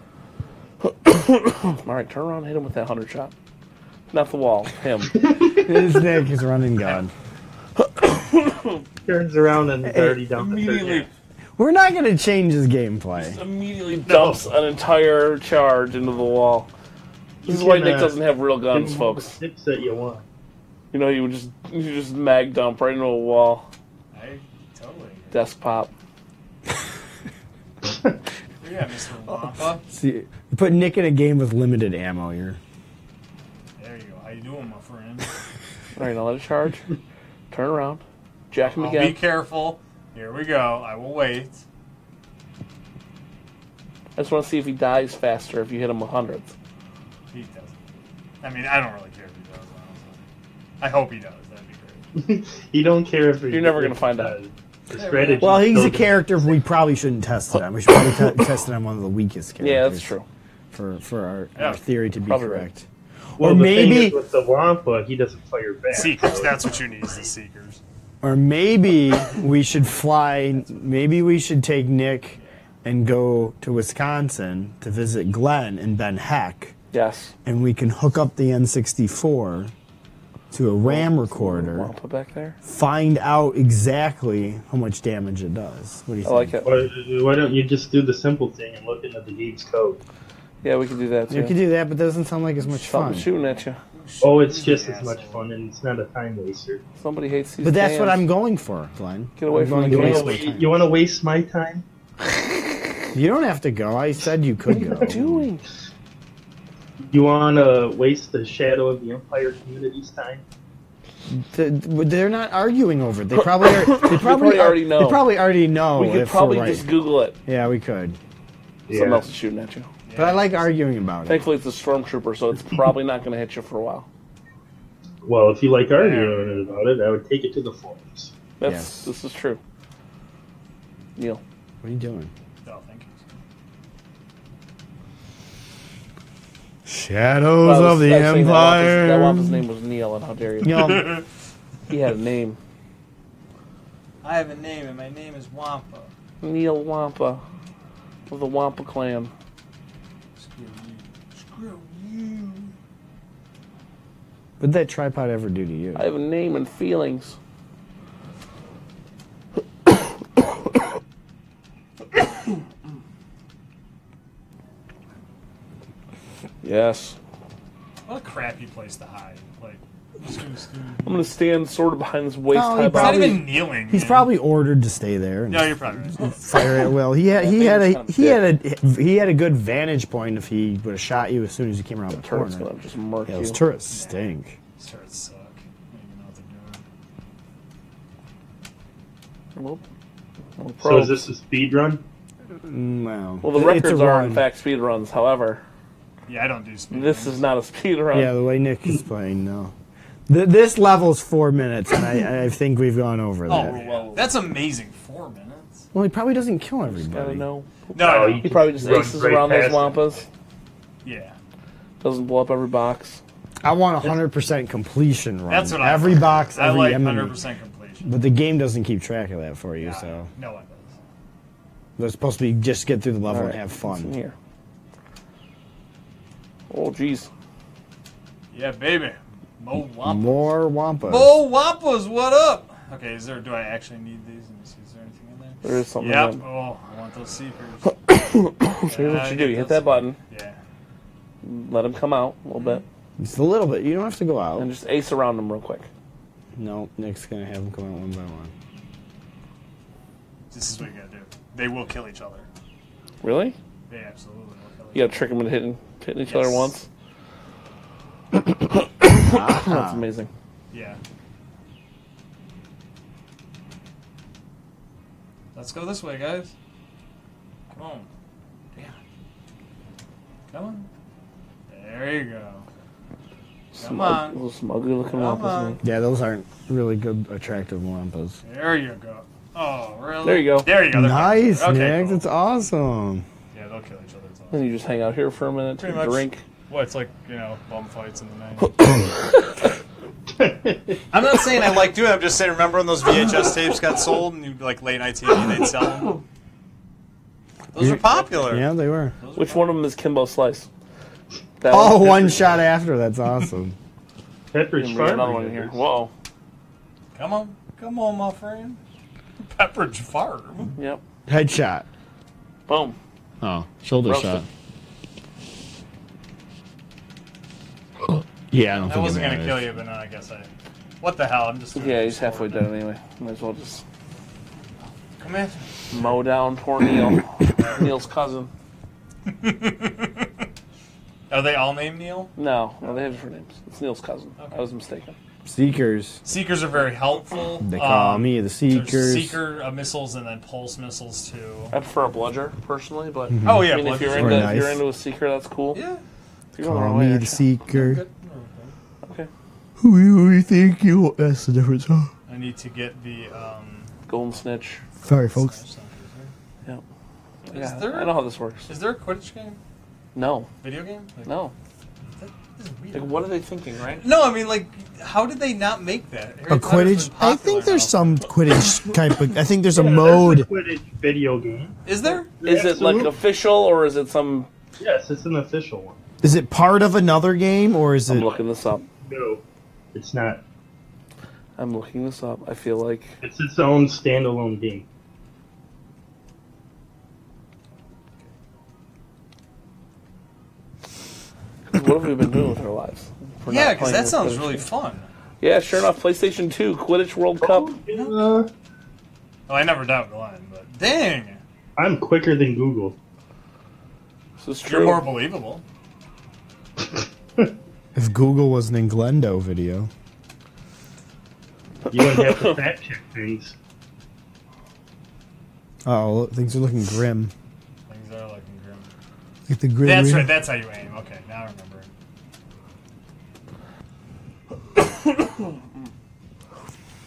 B: All right, turn around, and hit him with that hundred shot. Not the wall, him.
A: His neck is running gun.
H: Turns around and it's already down the third
E: Immediately,
H: half.
A: We're not gonna change his gameplay.
B: Immediately dumps an entire charge into the wall. This is why
H: can,
B: Nick
H: uh,
B: doesn't have real guns,
H: Give 'em all the
B: folks.
H: Tips that you want.
B: You know, he would just you just mag dump right into a wall.
E: I totally. agree.
B: Desk pop.
E: Yeah, Mr. Wampa.
A: See, you put Nick in a game with limited ammo. You're
E: There you go. How you doing, my friend?
B: All right, now let it charge. Turn around. Jack him
E: I'll
B: again.
E: be careful. Here we go. I will wait.
B: I just want to see if he dies faster if you hit him with hundreds.
E: He doesn't. I mean, I don't really care if he does. Honestly. I hope he does. That'd be great.
H: You don't care if
B: You're never gonna find out.
H: The strategy.
G: Well,
H: is
G: he's
H: so
G: a character we probably shouldn't test it on. We should probably t- test it on one of the weakest characters.
B: Yeah, that's true.
G: For for our,
E: Yeah,
G: our theory to be
B: probably right.
G: correct.
H: good. Well,
G: or
H: the thing
G: maybe-
H: is with the Wampa, he doesn't fire back.
E: Seekers. That's what you need. Is the seekers.
G: Or maybe we should fly. Maybe we should take Nick and go to Wisconsin to visit Glenn and Ben Heck,
B: Yes.
G: and we can hook up the N64 to a
B: Oh,
G: RAM recorder,
B: Wampa back there.
G: find out exactly how much damage it does. What do you
B: I
G: think?
B: like it.
H: Why, why don't you just do the simple thing and look into the game's code?
B: Yeah, we can do that too.
G: You could do that, but it doesn't sound like as much
B: Something
G: fun.
B: shooting at you.
H: Oh, it's just as much fun, and it's not a time waster.
B: Somebody hates these.
G: But that's what
B: fans.
G: I'm going for, Glenn.
B: Get away
G: I'm
B: from
G: going
B: the
G: to
B: game.
G: waste my
H: You,
G: time.
H: want to waste my time?
G: You don't have to go. I said you could go.
B: doing.
H: You want to waste the Shadow of the Empire community's time?
G: Th- They're not arguing over it. They probably are, they probably,
B: probably
G: are-
B: already know.
G: They probably already know.
B: we could
G: if
B: probably
G: we're right.
B: just Google it.
G: Yeah, we could.
B: Something else is shooting at you.
G: But I like arguing about it.
B: Thankfully, it's a stormtrooper, so it's probably not going to hit you for a while.
H: Well, if you like arguing about it, I would take it to the forums.
B: That's
G: Yes.
B: this is true. Neil,
G: What are you doing?
E: No, thank you.
B: Well,
G: Shadows
B: I was- I was saying that Wampa's- That Wampa's name was Neil, and how dare you?
G: You know,
B: He had a name,
I: I have a name, and my name is Wampa.
B: Neil Wampa, of the Wampa clan.
I: Screw you. Screw you.
G: what'd that tripod ever do to you?
B: I have a name and feelings. yes.
E: What a crappy place to hide. Like, it's
B: I'm gonna stand sort of behind this waist
G: he
B: high
E: not
G: probably-
B: body.
E: even kneeling.
G: He's
E: man.
G: probably ordered to stay there and
E: No, you're probably right.
G: fire at will. He had he
B: thing
G: had
B: was
G: a
B: kinda
G: he had a he had a good vantage point if he would have shot you as soon as you came around the
B: Turret's
G: corner.
B: gonna just murk
G: Yeah,
B: you.
G: those turrets stink.
E: These turrets suck. I don't even know what they're doing.
B: Well, well,
H: So
B: probes.
H: is this a speed run?
G: Wow.
B: well, the
G: It's a
B: records are in
G: run.
B: fact speed runs. However,
E: Yeah, I don't do speed.
B: this is not a speed run.
G: Yeah, the way Nick is playing, no. Th- this level's four minutes, and I, I think we've gone over
E: Oh,
G: that.
E: well, that's amazing. Four minutes.
G: Well, he probably doesn't kill
B: Gotta
G: everybody.
B: know.
E: No,
H: Oh,
E: no.
H: you-
B: He probably just
H: Run
B: aces
H: right
B: around those
H: past it.
B: wampas.
E: yeah.
B: Doesn't blow up every box.
G: I want a 100% completion run.
E: That's what I
G: Every
E: like.
G: box,
E: I
G: every
E: like
G: enemy.
E: 100% completion.
G: But the game doesn't keep track of that for you,
E: Yeah,
G: so
E: No one does.
G: they're supposed to be just get through the level
B: Alright,
G: and have
B: what's in
G: fun.
B: here. Oh, jeez.
E: Yeah, baby. Mo Wampa.
G: More Wampas.
E: Mo Wampas, what up? Okay, is there? Do I actually need these? Let me see. Is there anything in there?
B: There is something.
E: Yep.
B: in there.
E: Oh, I want those seekers.
B: Here's what you do. You hit that button.
E: Yeah.
B: Let him come out a little bit,
G: Just a little bit. You don't have to go out.
B: and just ace around him real quick.
G: No, Nick's going to have them come out one by one.
E: This is what you gotta do. They will kill each other.
B: Really?
E: They absolutely will kill each
B: You gotta trick him into hitting hitting each other
E: Yes.
B: once. That's amazing.
E: other. Yeah. Let's go this way, guys. Come on. Yeah. Come on. There you go. Come
B: Smug-
E: on.
B: Those smugly looking
E: Come
B: wampas. man.
E: on.
G: Yeah, those aren't really good, attractive Wampas.
E: There you go. Oh, really?
B: There you go.
E: There you go. They're fighting.
G: Nice,
E: Okay,
G: Nick.
E: cool.
G: That's awesome.
E: Yeah, they'll kill each other. It's awesome.
B: Then you just hang out here for a minute,
E: Pretty
B: take a
E: much.
B: drink.
E: Well, it's like, you know, bum fights in the night.
H: That's
E: I'm not saying I like doing it. I'm just saying, remember when those VHS tapes got sold and you'd like late night TV, they'd sell them? Those are popular.
G: Yeah, they were.
B: Which one of them is Kimbo Slice? That
G: Oh,
B: one.
G: one shot after. That's awesome.
H: Pepperidge
B: And we got another one
H: Farm.
B: in here. Whoa.
E: Come on. Come on, my friend. Pepperidge Farm.
B: Yep.
G: Headshot.
B: Boom.
G: Oh, shoulder
B: Roasted.
G: shot. yeah, I don't
E: I
G: think
E: wasn't
G: it
E: going to
G: matters.
E: kill you, but no, I guess I. What the hell? I'm just.
B: Yeah, he's halfway dead anyway. Might as well just
E: Come in.
B: mow down poor Neil. Neil's cousin.
E: Are they all named Neil? Oh,
B: No, no, they have different names. It's Neil's cousin. I was mistaken.
A: Seekers.
E: Seekers are very helpful.
A: They call
E: Um,
A: me the
E: there's
A: Seekers.
E: Seeker uh, missiles and then pulse missiles too.
B: I prefer a bludger personally, but
A: Mm-hmm.
E: Oh
B: I
E: yeah,
B: mean, if you're
E: bludgers.
A: Or
B: into if
A: nice.
B: you're into a seeker, that's cool.
E: yeah.
B: If you're going the
A: Call
B: wrong way,
A: me the
B: actually.
A: Seeker.
B: Okay.
A: Who do you think you? That's the difference. Huh?
E: I need to get the. Um,
B: Golden snitch.
A: Sorry, folks.
E: Smash Sound.
B: Yeah.
E: Is
B: Yeah,
E: there-
B: I know how this works.
E: Is there a Quidditch game?
B: No,
E: Video game? Like,
B: no.
E: That is weird.
B: Like, what are they thinking, right?
E: No, I mean like, how did they not make that? Harry
A: A Quidditch.
E: Potter's been
A: I
E: popular
A: think there's
E: now.
A: some Quidditch type of. I think there's a
H: Yeah,
A: mode.
H: There's a Quidditch video game.
E: Is there?
B: Is it like
H: Absolute-
B: official or is it some?
H: Yes, it's an official one.
A: Is it part of another game or is
B: I'm
A: it?
B: looking this up.
H: No, it's not.
B: I'm looking this up. I feel like
H: It's its own standalone game.
B: what have we been doing with our lives? If we're not
E: Yeah, because
B: playing
E: that
B: this
E: sounds
B: Quidditch
E: really
B: game?
E: fun.
B: Yeah, sure enough, PlayStation Two Quidditch World Cup.
H: Uh,
E: Well, Oh, I never doubted the line, but dang,
H: I'm quicker than Google.
B: This is
E: you're
B: true.
E: more believable.
A: If Google was an Englendo video,
H: You wouldn't have to fact check things.
A: oh, look, things are looking grim.
E: Things are looking grim.
A: Like the grim.
E: That's
A: reaper.
E: right. That's how you aim. Okay, now I remember.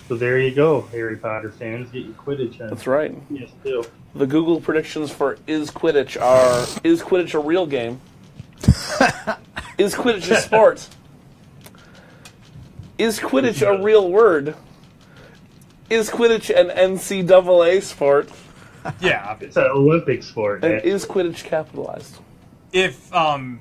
H: So there you go, Harry Potter fans. Get your Quidditch on.
B: That's right.
H: Yes, too.
B: The Google predictions for is Quidditch are is Quidditch a real game? is Quidditch a sport? Is Quidditch a real word? Is Quidditch an NCAA sport?
E: Yeah, obviously.
H: It's an Olympic sport.
B: And
H: man.
B: is Quidditch capitalized?
E: If um,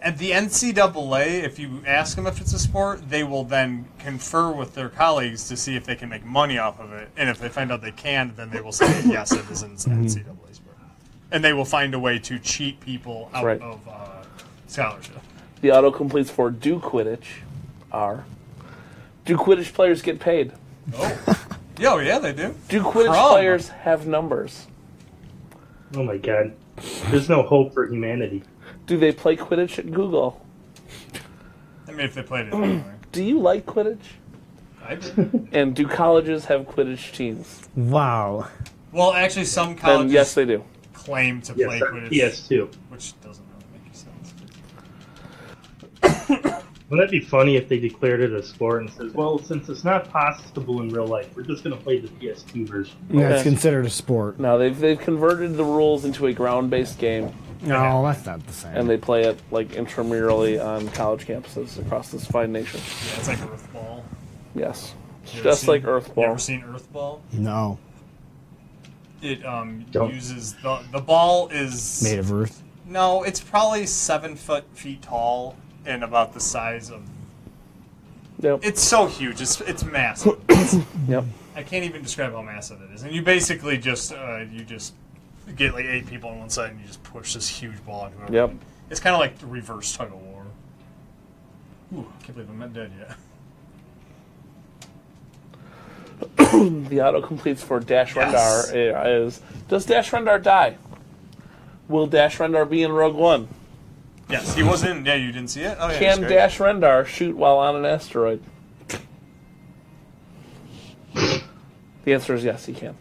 E: at the NCAA, if you ask them if it's a sport, they will then confer with their colleagues to see if they can make money off of it, and if they find out they can, then they will say yes, it is an
B: Mm-hmm.
E: NCAA sport, and they will find a way to cheat people out
B: Right.
E: of uh, scholarship.
B: The auto completes for do Quidditch are do Quidditch players get paid?
E: Oh, yo, yeah, they do.
B: Do Quidditch
E: From.
B: players have numbers?
H: Oh my god. There's no hope for humanity.
B: Do they play Quidditch at Google?
E: I mean, if they played it anyway.
B: Do you like Quidditch?
E: I do.
B: And do colleges have Quidditch teams?
A: Wow.
E: Well, actually, some
B: Then
E: colleges
B: yes, they do.
E: claim to play
H: Yes,
E: Quidditch,
H: PS2.
E: which doesn't really make any sense.
H: Wouldn't that be funny if they declared it a sport and says, well, since it's not possible in real life, we're just going to play the PS2 version.
A: That's
B: Okay.
A: considered a sport.
B: No, they've they've converted the rules into a ground-based game,
A: No, that's not the
B: and
A: same.
B: they play it like intramurally on college campuses across this fine nation.
E: Yeah, it's like Earthball.
B: Yes, It's
E: You ever
B: just
E: seen-
B: like Earthball.
E: You ever seen Earthball?
A: No,
E: It um
H: Don't.
E: uses the the ball is
A: made of earth.
E: no, it's probably seven foot feet tall and about the size of.
B: Yep,
E: It's so huge. It's it's massive.
B: yep.
E: I can't even describe how massive it is. And you basically just uh, you just get like eight people on one side and you just push this huge ball into
B: Yep.
E: everyone. It's kind of like the reverse tug of war. Ooh, I can't believe I'm not dead yet.
B: The auto completes for Dash Rendar is Does Dash Rendar die? Will Dash Rendar be in Rogue One?
E: Yes, he was in. Yeah, you didn't see it. Oh yeah.
B: Can
E: it's great.
B: Dash Rendar shoot while on an asteroid? The answer is yes, he can.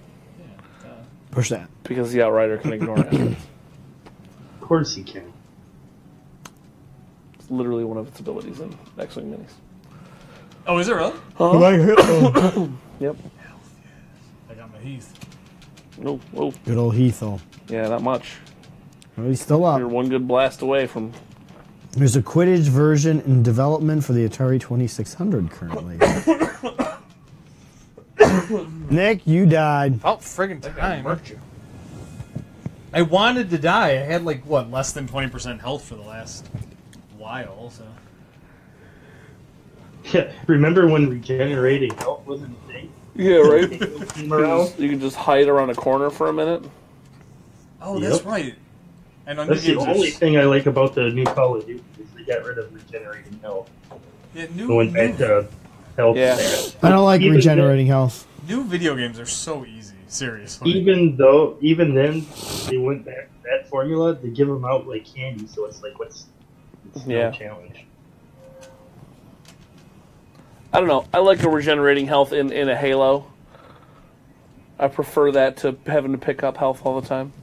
A: Push that.
B: Because the Outrider can ignore asteroids.
H: Of course he can.
B: It's literally one of its abilities in X Wing Minis.
E: Oh, is it really?
B: Yep.
E: I got my Heath.
B: No, whoa.
A: Good old Heathel.
B: Yeah, not much.
A: Well, he's still
B: You're
A: up.
B: one good blast away from.
A: There's a Quidditch version in development for the Atari 2600 currently. Nick, you died.
F: About friggin' time.
E: Murked you.
F: I wanted to die. I had like what less
E: Less than twenty percent health for the last while. So
H: Yeah, remember when regenerating health wasn't a thing?
B: Yeah, right? you,
H: Morale?
B: just- you can just hide around a corner for a minute.
E: Oh,
H: Yep.
E: that's right. And on
H: That's the
E: new games,
H: only
E: there's-
H: thing I like about the new Call of Duty is they got rid of regenerating health.
E: yeah, new,
H: Going back
E: new,
H: to health.
B: Yeah.
A: I don't like
H: Even
A: regenerating health.
E: new video games are so easy. Seriously,
H: Even though, even then, they went back to that formula. They give them out like candy, so it's like what's it's no
B: Yeah.
H: challenge.
B: I don't know. I like a regenerating health in, in a Halo. I prefer that to having to pick up health all the time.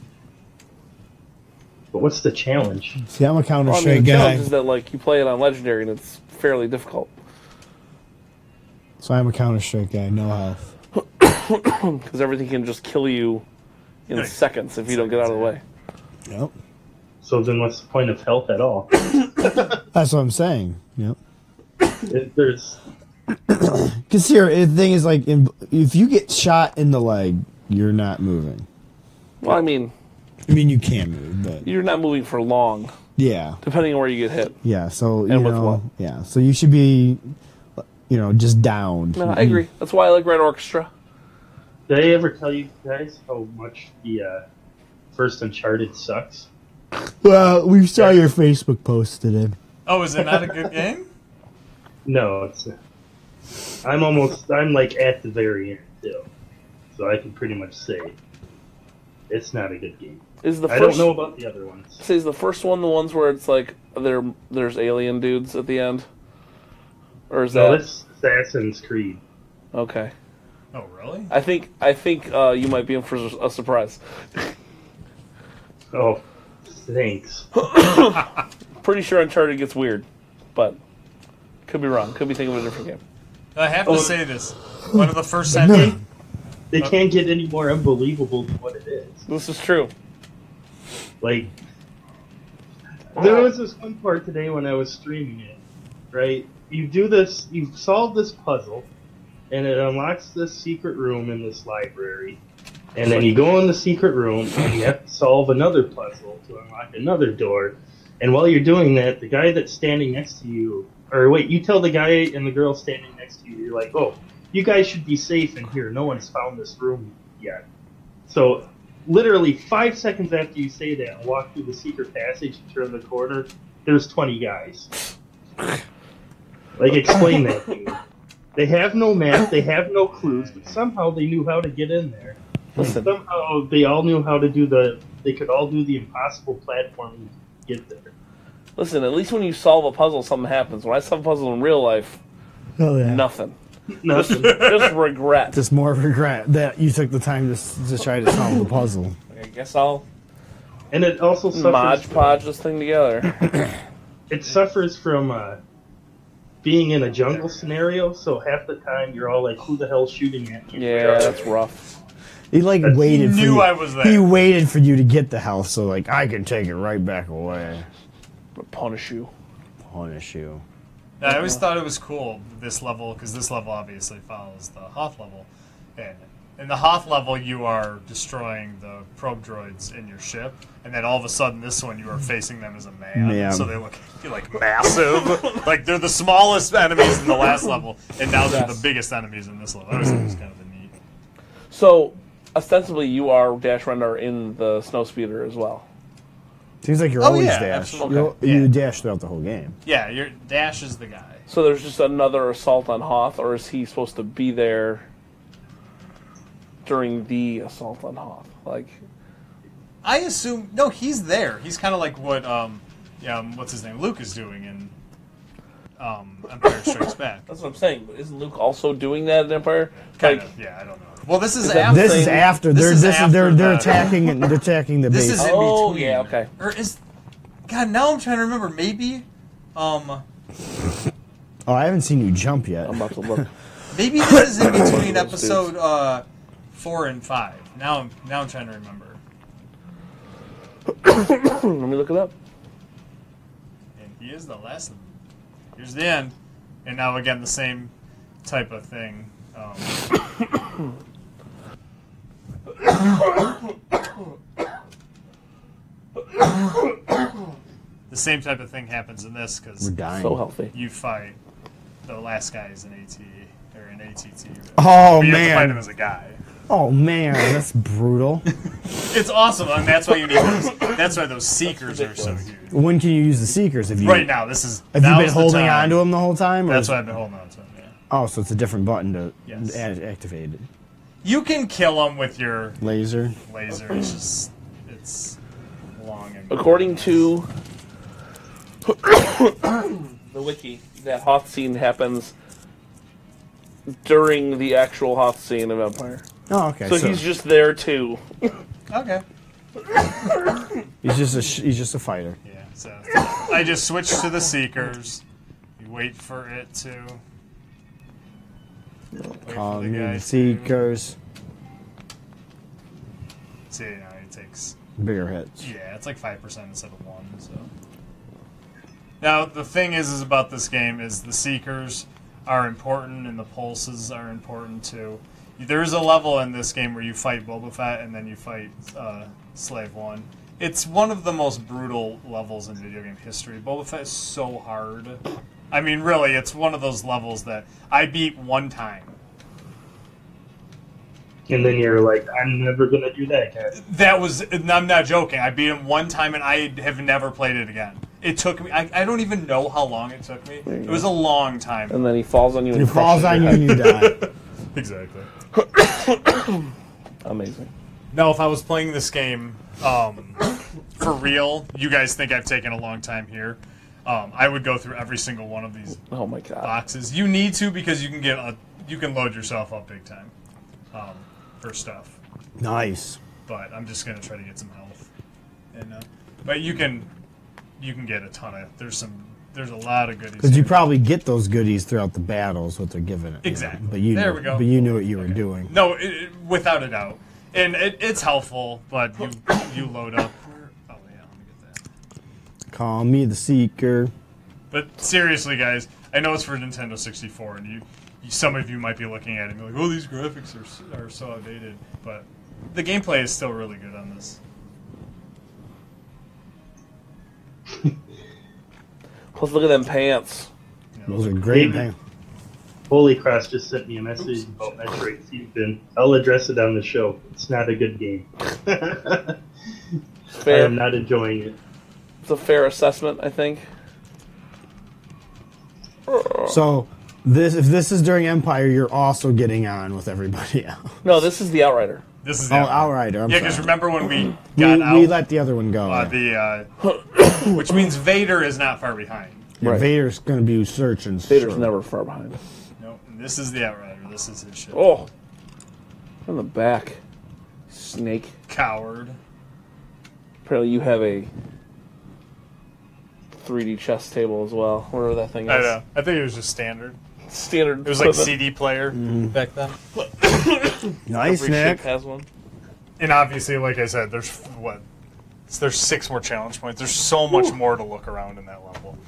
H: But what's the challenge?
A: See, I'm a counter
B: Well, I
A: strike
B: mean, the
A: guy,
B: challenge is that like you play it on legendary and it's fairly difficult.
A: so I'm a counter strike guy. No health.
B: because everything can just kill you in
E: Nice.
B: seconds if you don't get out of the way.
A: Yep,
H: So then, what's the point of health at all?
A: that's what I'm saying. Yep.
H: If there's
A: Because here, the thing is, like, in, if you get shot in the leg, you're not moving.
B: Well, I mean,
A: I mean, you can move, but
B: you're not moving for long,
A: yeah,
B: depending on where you get hit.
A: yeah. So you
B: And with
A: know,
B: what?
A: yeah. So you should be, you know, just down.
B: No, I agree. That's why I like Red Orchestra.
H: Did I ever tell you guys how much the uh, first Uncharted sucks?
A: Well, we saw your Facebook post today.
E: Oh, is it not a good game?
H: No, it's. I'm almost. I'm like at the very end too, so I can pretty much say it's not a good game.
B: Is the
H: I
B: first
H: don't know about the other ones.
B: is the first one the ones where it's like there there's alien dudes at the end, or is
H: No,
B: that
H: that's Assassin's Creed.
B: okay?
E: Oh, really?
B: I think I think uh, you might be in for a surprise.
H: Oh, thanks.
B: Pretty sure Uncharted gets weird, but could be wrong. Could be thinking of a different game.
E: I have
H: Oh.
E: to say this. One of the first
H: They,
E: times.
H: they
B: Uh,
H: can't get any more unbelievable than what it is.
B: This is true.
H: Like, there was this one part today when I was streaming it, right? You do this, you solve this puzzle, and it unlocks this secret room in this library. And then you go in the secret room, and you have to solve another puzzle to unlock another door. And while you're doing that, the guy that's standing next to you, or wait, you tell the guy and the girl standing next to you, you're like, oh, you guys should be safe in here. No one's found this room yet. So literally five seconds after you say that and walk through the secret passage and turn the corner, there's 20 guys. Like, explain that to me. They have no map, they have no clues, but somehow they knew how to get in there.
B: Listen.
H: Somehow they all knew how to do the, they could all do the impossible platforming to get there.
B: Listen, at least when you solve a puzzle, something happens. When I solve a puzzle in real life,
A: Oh yeah.
B: nothing.
H: Nothing.
B: Just regret.
A: Just more regret that you took the time to s- to try to solve the puzzle.
B: I guess I'll
H: and it also suffers,
B: modge podge this thing together.
H: it suffers from uh, being in a jungle scenario, so half the time you're all like, who the hell's shooting at me?
B: Yeah, that's rough.
A: He like waited. for
E: knew
A: you.
E: I was there.
A: He waited for you to get the health, so like I can take it right back away.
B: But punish you.
A: Punish you.
E: I always thought it was cool this level because this level obviously follows the Hoth level, and in the Hoth level you are destroying the probe droids in your ship, and then all of a sudden this one you are facing them as a man,
A: Man.
E: so they look you're like massive, like they're the smallest enemies in the last level, and now they're
B: Yes.
E: the biggest enemies in this level. I always thought it was kind of a neat.
B: So, ostensibly, you are Dash Rendar in the Snowspeeder as well.
A: Seems like you're
E: Oh,
A: always
E: yeah,
A: dash.
E: absolutely.
A: You're-
E: Okay.
A: You
E: Yeah.
A: dash throughout the whole game.
E: Yeah, your Dash is the guy.
B: So there's just another assault on Hoth, or is he supposed to be there during the assault on Hoth? Like,
E: I assume no, he's there. He's kind of like what um, yeah, um, what's his name, Luke is doing in um, Empire Strikes Back.
B: that's what I'm saying. But isn't Luke also doing that in Empire?
E: Kind
B: like,
E: of, yeah, I don't know. Well, this is,
B: that-
E: after.
A: This is
B: saying-
A: after
E: this
A: they're
E: is
A: this is they're
E: after
A: they're
E: the-
A: attacking and they're attacking the
E: this
A: base.
E: is in
B: Oh,
E: between.
B: yeah, okay.
E: Or is God? Now I'm trying to remember. Maybe, um,
A: oh, I haven't seen you jump yet.
B: I'm about to look.
E: maybe this is in between
B: Those dudes.
E: episode uh, four and five. Now I'm now I'm trying to remember.
B: Let me look it up.
E: And he is the last. of them. Here's the end. And now again the same type of thing. Um, the same type of thing happens in this
A: We're
E: because
A: dying.
B: So healthy.
E: you fight the last guy is an AT or an ATT.
A: Oh
E: But you have to fight him
A: man!
E: as a guy.
A: Oh man! That's brutal.
E: It's awesome, and that's why you need those. That's why those seekers are so huge.
A: when can you use the seekers? If you
E: Right now, this is.
A: have you
E: now's
A: been
E: the
A: holding
E: time.
A: on to them the whole time? Or
E: That's
A: is-
E: what I've been holding on to. Yeah.
A: Oh, so it's a different button to
E: Yes.
A: add- activate it.
E: You can kill him with your
A: Laser.
E: laser. It's just it's long and
B: According to the wiki, that Hoth scene happens during the actual Hoth scene of Empire.
A: Oh, okay.
B: So, he's just there too.
E: Okay.
A: he's just a sh- he's just a fighter.
E: Yeah, so I just switched to the Seekers. You wait for it to. Wait for
A: Call
E: the
A: me
E: guy
A: the
E: to-
A: seekers.
E: See, now it takes.
A: Bigger hits.
E: Yeah, it's like five percent instead of one. So. Now the thing is, is about this game is the seekers are important and the pulses are important too. There is a level in this game where you fight Boba Fett and then you fight uh, Slave One. It's one of the most brutal levels in video game history. Boba Fett is so hard. I mean, really, it's one of those levels that I beat one time.
H: And then you're like, I'm never gonna do that again.
E: That was, and I'm not joking. I beat him one time and I have never played it again. It took me, I, I don't even know how long it took me. It was a long time.
B: And then he falls on you.
A: He
B: and
A: falls
B: crushes your
A: on you
B: head.
A: and you die.
E: Exactly.
B: Amazing.
E: Now, if I was playing this game um, for real, you guys think I've taken a long time here. Um, I would go through every single one of these
B: Oh my god.
E: boxes. You need to because you can get a, you can load yourself up big time um, for stuff.
A: Nice.
E: But I'm just gonna try to get some health. And uh, but you can you can get a ton of there's some there's a lot of goodies.
A: Because you
E: here.
A: probably get those goodies throughout the battles, what they're giving it. you know.
E: Exactly.
A: But you
E: There
A: knew,
E: we go.
A: But you knew what you were doing.
E: No, it, it- without a doubt, and it, it's helpful. But you you load up. Oh yeah, let me get that.
A: Call me the seeker.
E: But seriously, guys, I know it's for Nintendo 64, and you, you some of you might be looking at it and be like, "Oh, these graphics are s- are so outdated," but the gameplay is still really good on this.
B: Plus, look at them pants.
A: Those are great.
H: Maybe.
A: man.
H: Holy Cross just sent me a message about Metroid Fusion. I'll address it on the show. It's not a good game. I
B: Fair.
H: am not enjoying it.
B: It's a fair assessment, I think.
A: So this if this is during Empire, you're also getting on with everybody else.
B: No, this is the Outrider.
E: This is
A: Oh,
E: it.
A: Outrider. I'm
E: yeah, because
A: sorry.
E: remember when we
A: We,
E: got out
A: we let the other one go.
E: uh,
A: yeah.
E: the, uh, which means Vader is not far behind.
A: Yeah, Vader's going to be searching.
B: Vader's
A: sure.
B: never far behind us.
E: Nope, and this is the Outrider. This is his shit.
B: Oh, on the back, snake.
E: Coward.
B: Apparently, you have a 3D chess table as well. Whatever that thing is.
E: I know. I think it was just standard.
B: Standard.
E: It was like
B: equipment.
E: CD player,
F: back then.
A: Nice,
B: Every ship
A: Nick.
B: has one.
E: and obviously, like I said, there's what there's six more challenge points. There's so much more to look around in that level.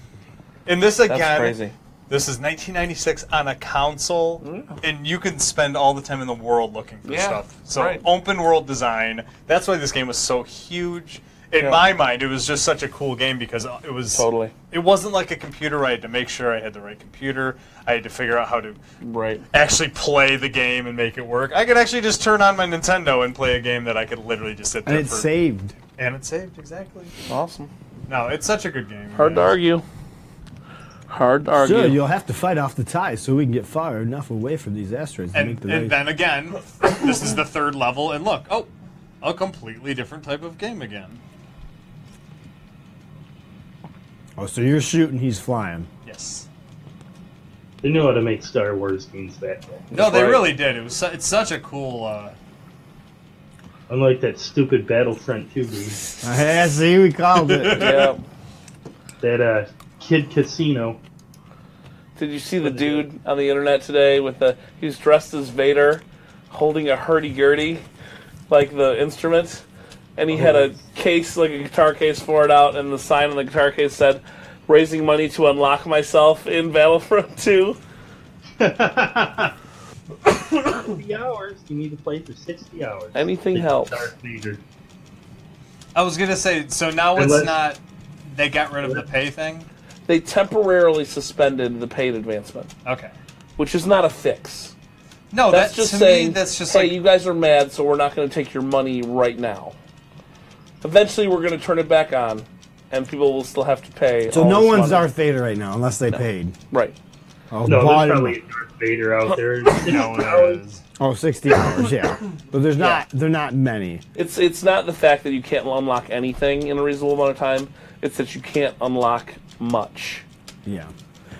E: And this again,
B: That's crazy.
E: This is 1996 on a console, and you can spend all the time in the world looking for
B: Mm. Yeah,
E: stuff. So
B: right.
E: open world design. That's why this game was so huge. In
B: Yeah.
E: my mind, it was just such a cool game because it was
B: Totally.
E: It wasn't like a computer. I had to make sure I had the right computer. I had to figure out how to
B: Right.
E: actually play the game and make it work. I could actually just turn on my Nintendo and play a game that I could literally just sit there
A: And it's
E: for.
A: saved.
E: And it's saved exactly.
B: Awesome.
E: No, it's such a good game.
B: Hard to
E: man.
B: argue. Hard to argue.
A: Sure, you'll have to fight off the ties so we can get far enough away from these asteroids to make
E: and,
A: the
E: and
A: race.
E: then again, this is the third level, and look, oh, a completely different type of game again.
A: Oh, so you're shooting, he's flying.
E: Yes.
H: They knew how to make Star Wars games back then.
E: No, they
B: right.
E: really did. It was su- it's such a cool. Uh,
H: Unlike that stupid Battlefront 2 game.
A: Yeah, see, we called it.
B: yeah.
H: That uh, Kid Casino.
B: Did you see the dude on the internet today with the he was dressed as Vader, holding a hurdy gurdy, like the instrument, and he had a case like a guitar case for it out, and the sign on the guitar case said, "Raising money to unlock myself in Battlefront 2.
H: Sixty hours. You need to play for sixty hours.
B: Anything
H: Big
B: helps."
H: Darth Vader.
E: I was gonna say, so now it's
H: Unless-
E: not. They got rid of the pay thing.
B: They temporarily suspended the paid advancement,
E: Okay.
B: which is not a fix.
E: No,
B: That's
E: that,
B: just
E: to
B: saying,
E: me, that's just
B: hey,
E: like
B: you guys are mad, so we're not going to take your money right now. Eventually, we're going to turn it back on, and people will still have to pay.
A: So
B: all
A: no
B: this
A: one's
B: money.
A: Darth Vader right now, unless they paid.
B: right.
A: Oh,
H: No,
A: bought
H: there's
A: him.
H: probably a Darth Vader out there.
E: no,
H: uh,
E: there it is.
A: Oh, 60 hours, yeah. But there's not, they're not many.
B: It's it's not the fact that you can't unlock anything in a reasonable amount of time. It's that you can't unlock much.
A: Yeah.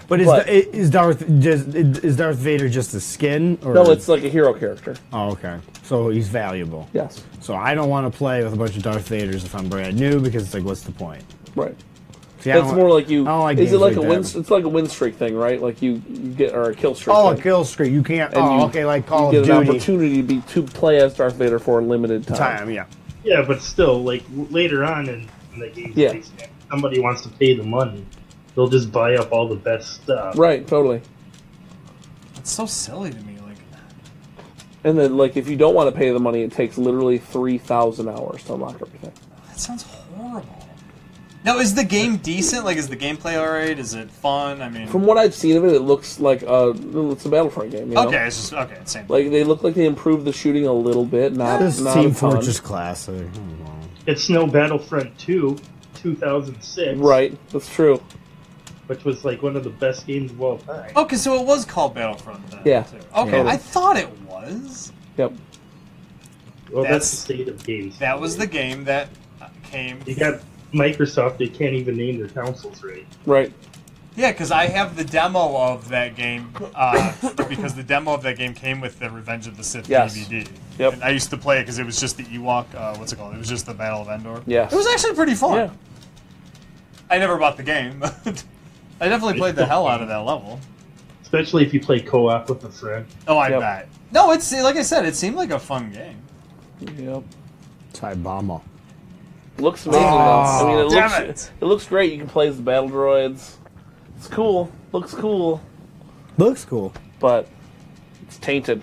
A: But is,
B: But-
A: the, is Darth just is Darth Vader just a skin? Or?
B: No, it's like a hero character.
A: oh, okay. So he's valuable.
B: Yes.
A: So I don't want to play with a bunch of Darth Vaders if I'm brand new because it's like, what's the point?
B: Right.
A: See, I
B: That's
A: don't-
B: more like you.
A: I don't like
B: is it
A: games
B: like,
A: like
B: a win?
A: that.
B: It's like a win streak thing, right? Like you, you get or a kill streak.
A: Oh, a
B: thing.
A: kill streak. You can't.
B: And
A: oh,
B: you-
A: okay, like Call
B: you
A: of
B: get an
A: Duty.
B: opportunity to be to play as Darth Vader for a limited time.
A: Time, yeah.
H: Yeah, but still, like w- later on in, in the game,
B: Yeah.
H: if somebody wants to pay the money, they'll just buy up all the best stuff.
B: Right. Totally.
E: It's so silly to me. Like,
B: And then, like, if you don't want to pay the money, it takes literally three thousand hours to unlock everything.
E: that sounds horrible. Now, is the game decent? Like, is the gameplay alright? Is it fun? I mean,
B: From what I've seen of it, it looks like a it's a Battlefront game. You know?
E: okay, it's just okay. It's same.
B: Like they look like they improved the shooting a little bit. Not
A: This
B: not a
A: Team
B: ton.
A: Fortress uh, hmm, Classic.
H: It's no Battlefront 2, 2006,
B: Right. That's true.
H: Which was like one of the best games of all time.
E: okay, so it was called Battlefront then.
B: Yeah.
E: too. Okay,
B: Yeah.
E: I thought it was.
B: Yep.
H: well, that's,
E: that's-
H: the state of games.
E: That was the game that uh, came.
H: You got Microsoft. They can't even name their consoles right.
B: Right.
E: Yeah, because I have the demo of that game uh, because the demo of that game came with the Revenge of the Sith
B: Yes.
E: DVD.
B: Yep.
E: And I used to play it because it was just the Ewok. Uh, what's it called? It was just the Battle of Endor.
B: Yes.
E: It was actually pretty fun.
B: Yeah.
E: I never bought the game. but I definitely played the hell out of that level.
H: Especially if you play co-op with a friend.
E: Oh, I
B: Yep.
E: bet. No, it's like I said, it seemed like a fun game.
B: Yep.
A: Ty Bomba.
B: Looks amazing.
A: Ah.
B: though. I mean, it
E: damn
B: looks
E: it.
B: it looks great. You can play as the battle droids. It's cool. Looks cool,
A: Looks cool.
B: but it's tainted.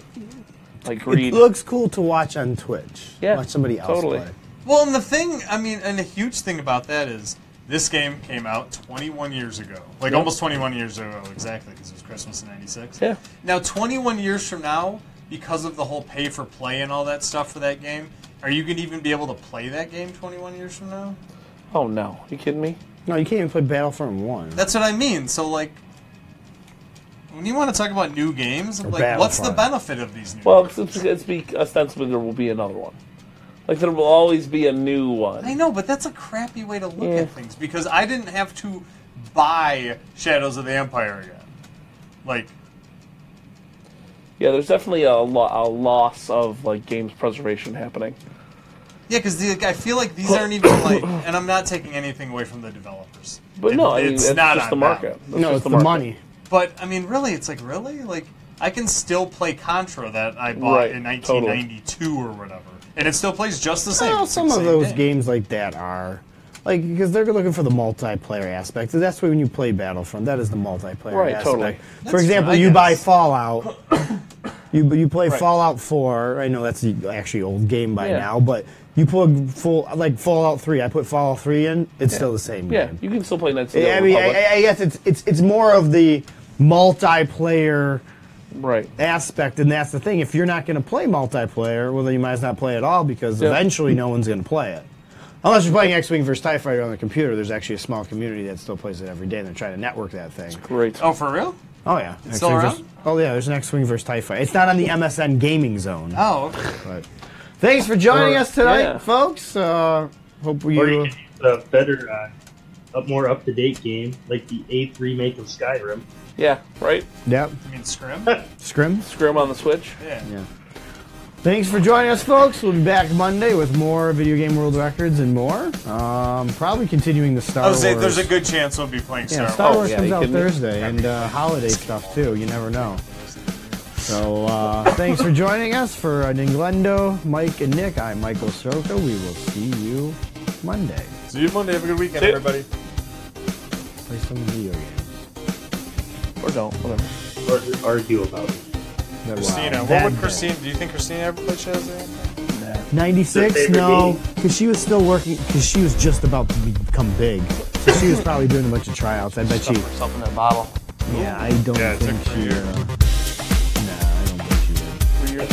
B: Like
A: It
B: greed.
A: looks cool to watch on Twitch.
B: Yeah,
A: Watch somebody else
B: totally.
A: play.
E: Well, and the thing, I mean, and the huge thing about that is this game came out 21 years ago. Like
B: Yeah.
E: almost 21 years ago, exactly, because it was Christmas in 96.
B: Yeah.
E: Now, 21 years from now, because of the whole pay for play and all that stuff for that game, are you going to even be able to play that game 21 years from now?
B: oh no! you kidding me?
A: No, you can't even play Battlefront 1.
E: That's what I mean. So, like, when you want to talk about new games, I'm like,
A: Battlefront.
E: what's the benefit of these new
B: Well,
E: games?
B: it's, it's, it's be ostensibly there will be another one. Like there will always be a new
E: I
B: one.
E: know, but that's a crappy way to look
B: Yeah.
E: at things because I didn't have to buy Shadows of the Empire again. Like,
B: Yeah, there's definitely a, lo- a loss of like games preservation happening.
E: yeah, because like, I feel like these aren't even like, and I'm not taking anything away from the developers.
B: But
E: It-
B: no, I mean it's just
E: on
B: the
E: them.
B: market. That's
A: no,
B: just
A: it's the,
B: market.
A: money.
E: But I mean, really, it's like really like I can still play Contra that I bought
B: Right,
E: in
B: totally.
E: 1992 or whatever, and it still plays just the same.
A: Well,
E: It's the
A: some of
E: same
A: those
E: game.
A: games like that are. Like, because they're looking for the multiplayer aspect. And that's why when you play Battlefront, that is the multiplayer
B: Right,
A: aspect.
B: totally.
A: For
E: That's
A: example,
E: true, I
A: you buy
E: guess.
A: Fallout. you you play
E: Right.
A: Fallout 4. I know that's the actually old game by
B: Yeah.
A: now, but you plug full like Fallout 3. I put Fallout 3 in. It's still the same
B: Yeah,
A: game.
B: you can still play Knights of the
A: I
B: Old
A: mean, I,
B: Republic.
A: I- I guess it's it's it's more of the multiplayer
B: right.
A: aspect, and that's the thing. If you're not going to play multiplayer, well, then you might as not play at all because
B: Yeah.
A: eventually no one's going to play it. Unless you're playing X-wing versus Tie Fighter on the computer, there's actually a small community that still plays it every day, and they're trying to network that thing.
B: Great.
E: Oh, for real?
A: Oh yeah,
E: still
A: X-Wing
E: around?
A: versus- oh yeah, there's an X-wing versus Tie Fighter. It's not on the MSN gaming zone.
E: Oh, okay.
A: But thanks for joining
B: Or-
A: us tonight,
B: yeah.
A: folks. Uh, hope
H: Or you
A: you.
H: can use a better, uh, a more up-to-date game like the eighth remake of Skyrim.
B: Yeah. Right.
A: Yep,
E: I mean, Scrim.
A: scrim.
B: Scrim on the Switch.
E: Yeah.
A: Thanks for joining us, folks. We'll be back Monday with more video game world records and more. Um, probably continuing the Star
E: I would say
A: Wars.
E: there's Oh, a good chance we'll be playing
A: yeah,
E: Star
A: Star,
E: Wars.
A: Wars
B: yeah,
A: comes
B: you
A: out
B: kidding me?
A: Thursday and uh, holiday stuff too. You never know. So uh, thanks for joining us for uh, Ninglendo, Mike and Nick. I'm Michael Soroka. We will see you Monday.
E: See you Monday. Have a good weekend,
B: ya.
E: everybody.
A: Play some video games.
B: Or don't. Whatever.
H: Or argue about it.
A: That- wow,
E: Christina,
A: that
E: what would
A: day.
E: Christina? Do you think Christina ever played Shadows of the Empire?
A: 96?
H: favorite
A: No,
H: game.
A: because she was still working, because she was just about to become big. So she was probably doing a bunch of tryouts. I bet she.
B: Something in that bottle.
A: Yeah, I don't
E: Yeah, it took
A: think
E: for a
A: she. Uh,
E: year.
A: nah, I don't think she did.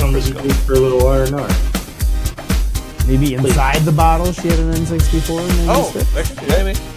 H: Somebody do for a little R and R.
A: Maybe inside the bottle she had an N64 and then
E: Oh, that could be.
B: Maybe.